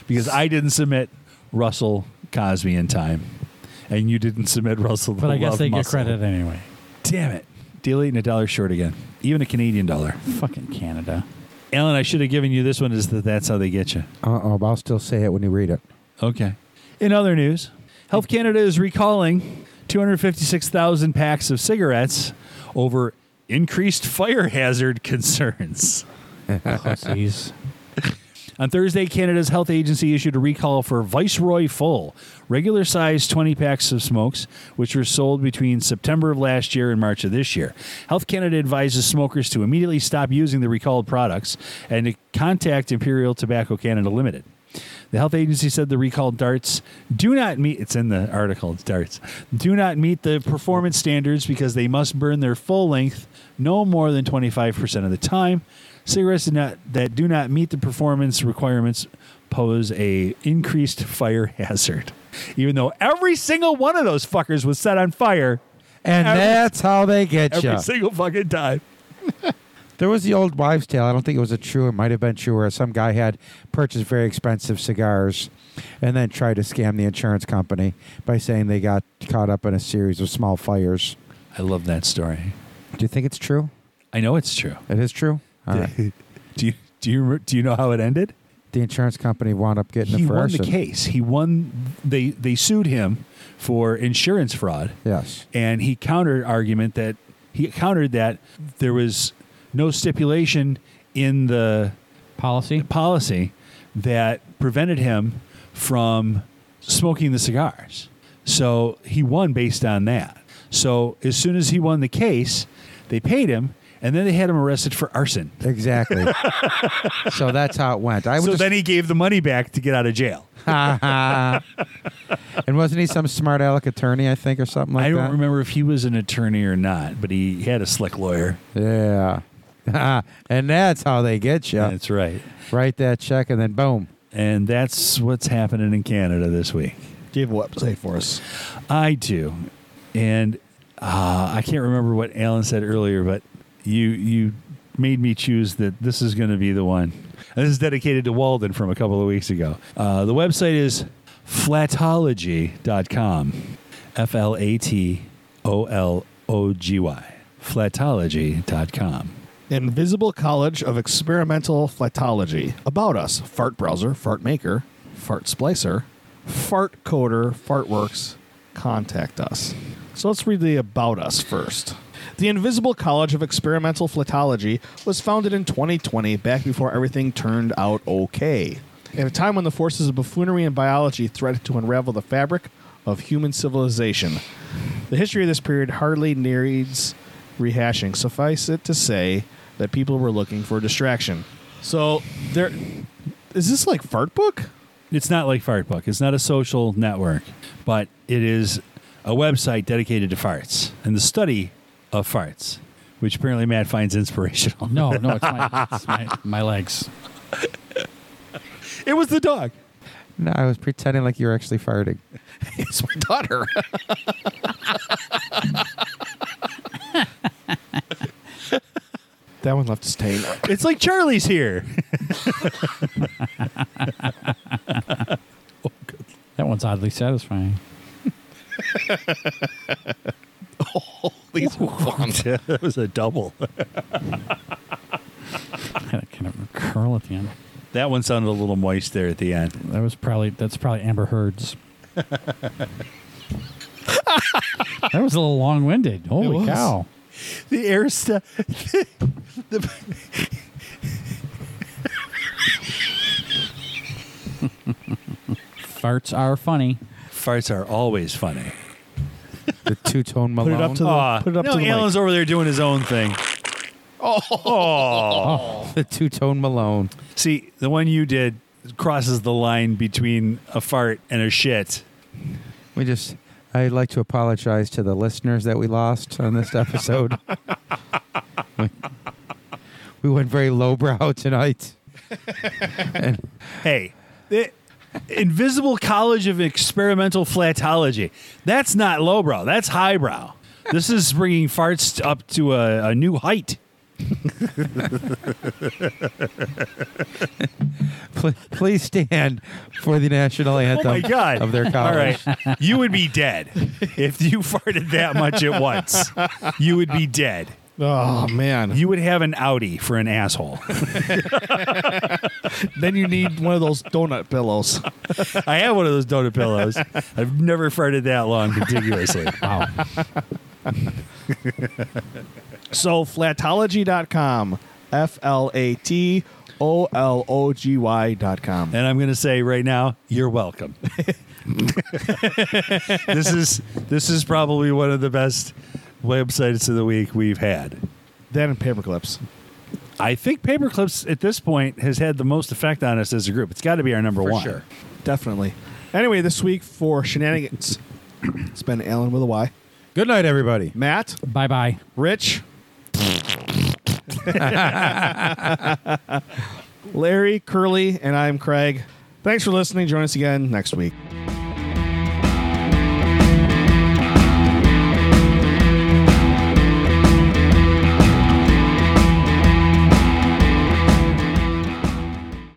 C: because I didn't submit Russell Cosby in time, and you didn't submit Russell the
D: But I guess
C: Love
D: they get
C: Muscle.
D: credit anyway.
C: Damn it. Deal eating a dollar short again, even a Canadian dollar.
D: Fucking Canada.
C: Alan, I should have given you this one, is that that's how they get you.
B: Uh oh, but I'll still say it when you read it.
C: Okay. In other news, Health Canada is recalling 256,000 packs of cigarettes over increased fire hazard concerns.
D: Pussies.
C: On Thursday, Canada's health agency issued a recall for Viceroy Full, regular sized 20 packs of smokes, which were sold between September of last year and March of this year. Health Canada advises smokers to immediately stop using the recalled products and to contact Imperial Tobacco Canada Limited. The health agency said the recalled darts do not meet it's in the article, it's darts. Do not meet the performance standards because they must burn their full length no more than 25% of the time. Cigarettes do not, that do not meet the performance requirements pose a increased fire hazard. Even though every single one of those fuckers was set on fire
B: And
C: Every-
B: that's how they get
C: every
B: you.
C: single fucking time.
B: There was the old wives' tale. I don't think it was a true. It might have been true. Where some guy had purchased very expensive cigars, and then tried to scam the insurance company by saying they got caught up in a series of small fires.
C: I love that story.
B: Do you think it's true?
C: I know it's true.
B: It is true. All right.
C: do you do you re- do you know how it ended?
B: The insurance company wound up getting
C: he
B: it for
C: won the
B: arson.
C: case. He won. They they sued him for insurance fraud,
B: Yes.
C: and he countered argument that he countered that there was no stipulation in the
D: Policy.
C: policy that prevented him from smoking the cigars. So he won based on that. So as soon as he won the case, they paid him, and then they had him arrested for arson.
B: Exactly. so that's how it went. I was
C: so
B: just,
C: then he gave the money back to get out of jail.
B: and wasn't he some smart aleck attorney? I think or something like
C: I
B: that.
C: don't remember if he was an attorney or not, but he had a slick lawyer.
B: Yeah. and that's how they get you.
C: That's right.
B: Write that check and then boom.
C: And that's what's happening in Canada this week.
A: Do you have a website for us?
C: I do, and uh, I can't remember what Alan said earlier, but you you made me choose that this is going to be the one. And this is dedicated to Walden from a couple of weeks ago. Uh, the website is flatology.com. F L A T O L O G Y. Flatology.com.
A: Invisible College of Experimental Flatology. About us Fart Browser, Fart Maker, Fart Splicer, Fart Coder, Fartworks. Contact us. So let's read the About Us first. The Invisible College of Experimental Flatology was founded in 2020, back before everything turned out okay. At a time when the forces of buffoonery and biology threatened to unravel the fabric of human civilization, the history of this period hardly needs rehashing. Suffice it to say that people were looking for distraction. So there is this like fart book?
C: It's not like Fartbook. It's not a social network, but it is E. a website dedicated to farts and the study of farts, which apparently Matt finds inspirational.
D: No, no, it's my, it's my, my legs.
C: it was the dog.
B: No, I was pretending like you were actually farting.
A: It's my daughter. that one left a stain.
C: It's like Charlie's here.
D: That one's oddly satisfying.
I: These
C: that was a double.
D: I had a kind of a curl at the end.
C: That one sounded a little moist there at the end.
D: That was probably that's probably Amber Heard's. that was a little long-winded. Holy
A: was.
D: cow!
C: The air st-
D: Farts are funny.
C: farts are always funny.
B: The two tone Malone. Oh.
A: up to the-
C: Aw,
A: put it up
C: no,
A: to the mic.
C: Alan's over there doing his own thing.
B: the two tone Malone.
C: See, the one you did crosses the line between a fart and a shit.
B: We just. I'd like to apologize to the listeners that we lost on this episode. we went very lowbrow tonight. and
C: Hey, the Invisible College of Experimental Flatology. That's not lowbrow. That's highbrow. This is bringing farts up to a, a new height.
B: pl- please stand for the national anthem
C: Oh my God.
B: of their
C: All
B: college.
C: right. You would be dead if you farted that much at once. You would be dead.
A: Oh man.
C: You would have an Audi for an asshole.
A: Then you need one of those donut pillows.
C: I have one of those donut pillows. I've never farted that long contiguously.
D: Wow.
A: So flatology.com. F L A T O L O G Y.com.
C: And I'm going to say right now, you're welcome. this is this is probably one of the best websites of the week we've had.
A: Then paperclips.
C: I think Paperclips at this point has had the most effect on us as a group. It's got to be our number one.
B: sure.
A: Definitely. Anyway, this week for shenanigans, it's been Alan with a Y.
B: Good night, everybody.
A: Matt,
D: bye bye.
A: Rich, Larry, Curly, and I'm Craig. Thanks for listening. Join us again next week.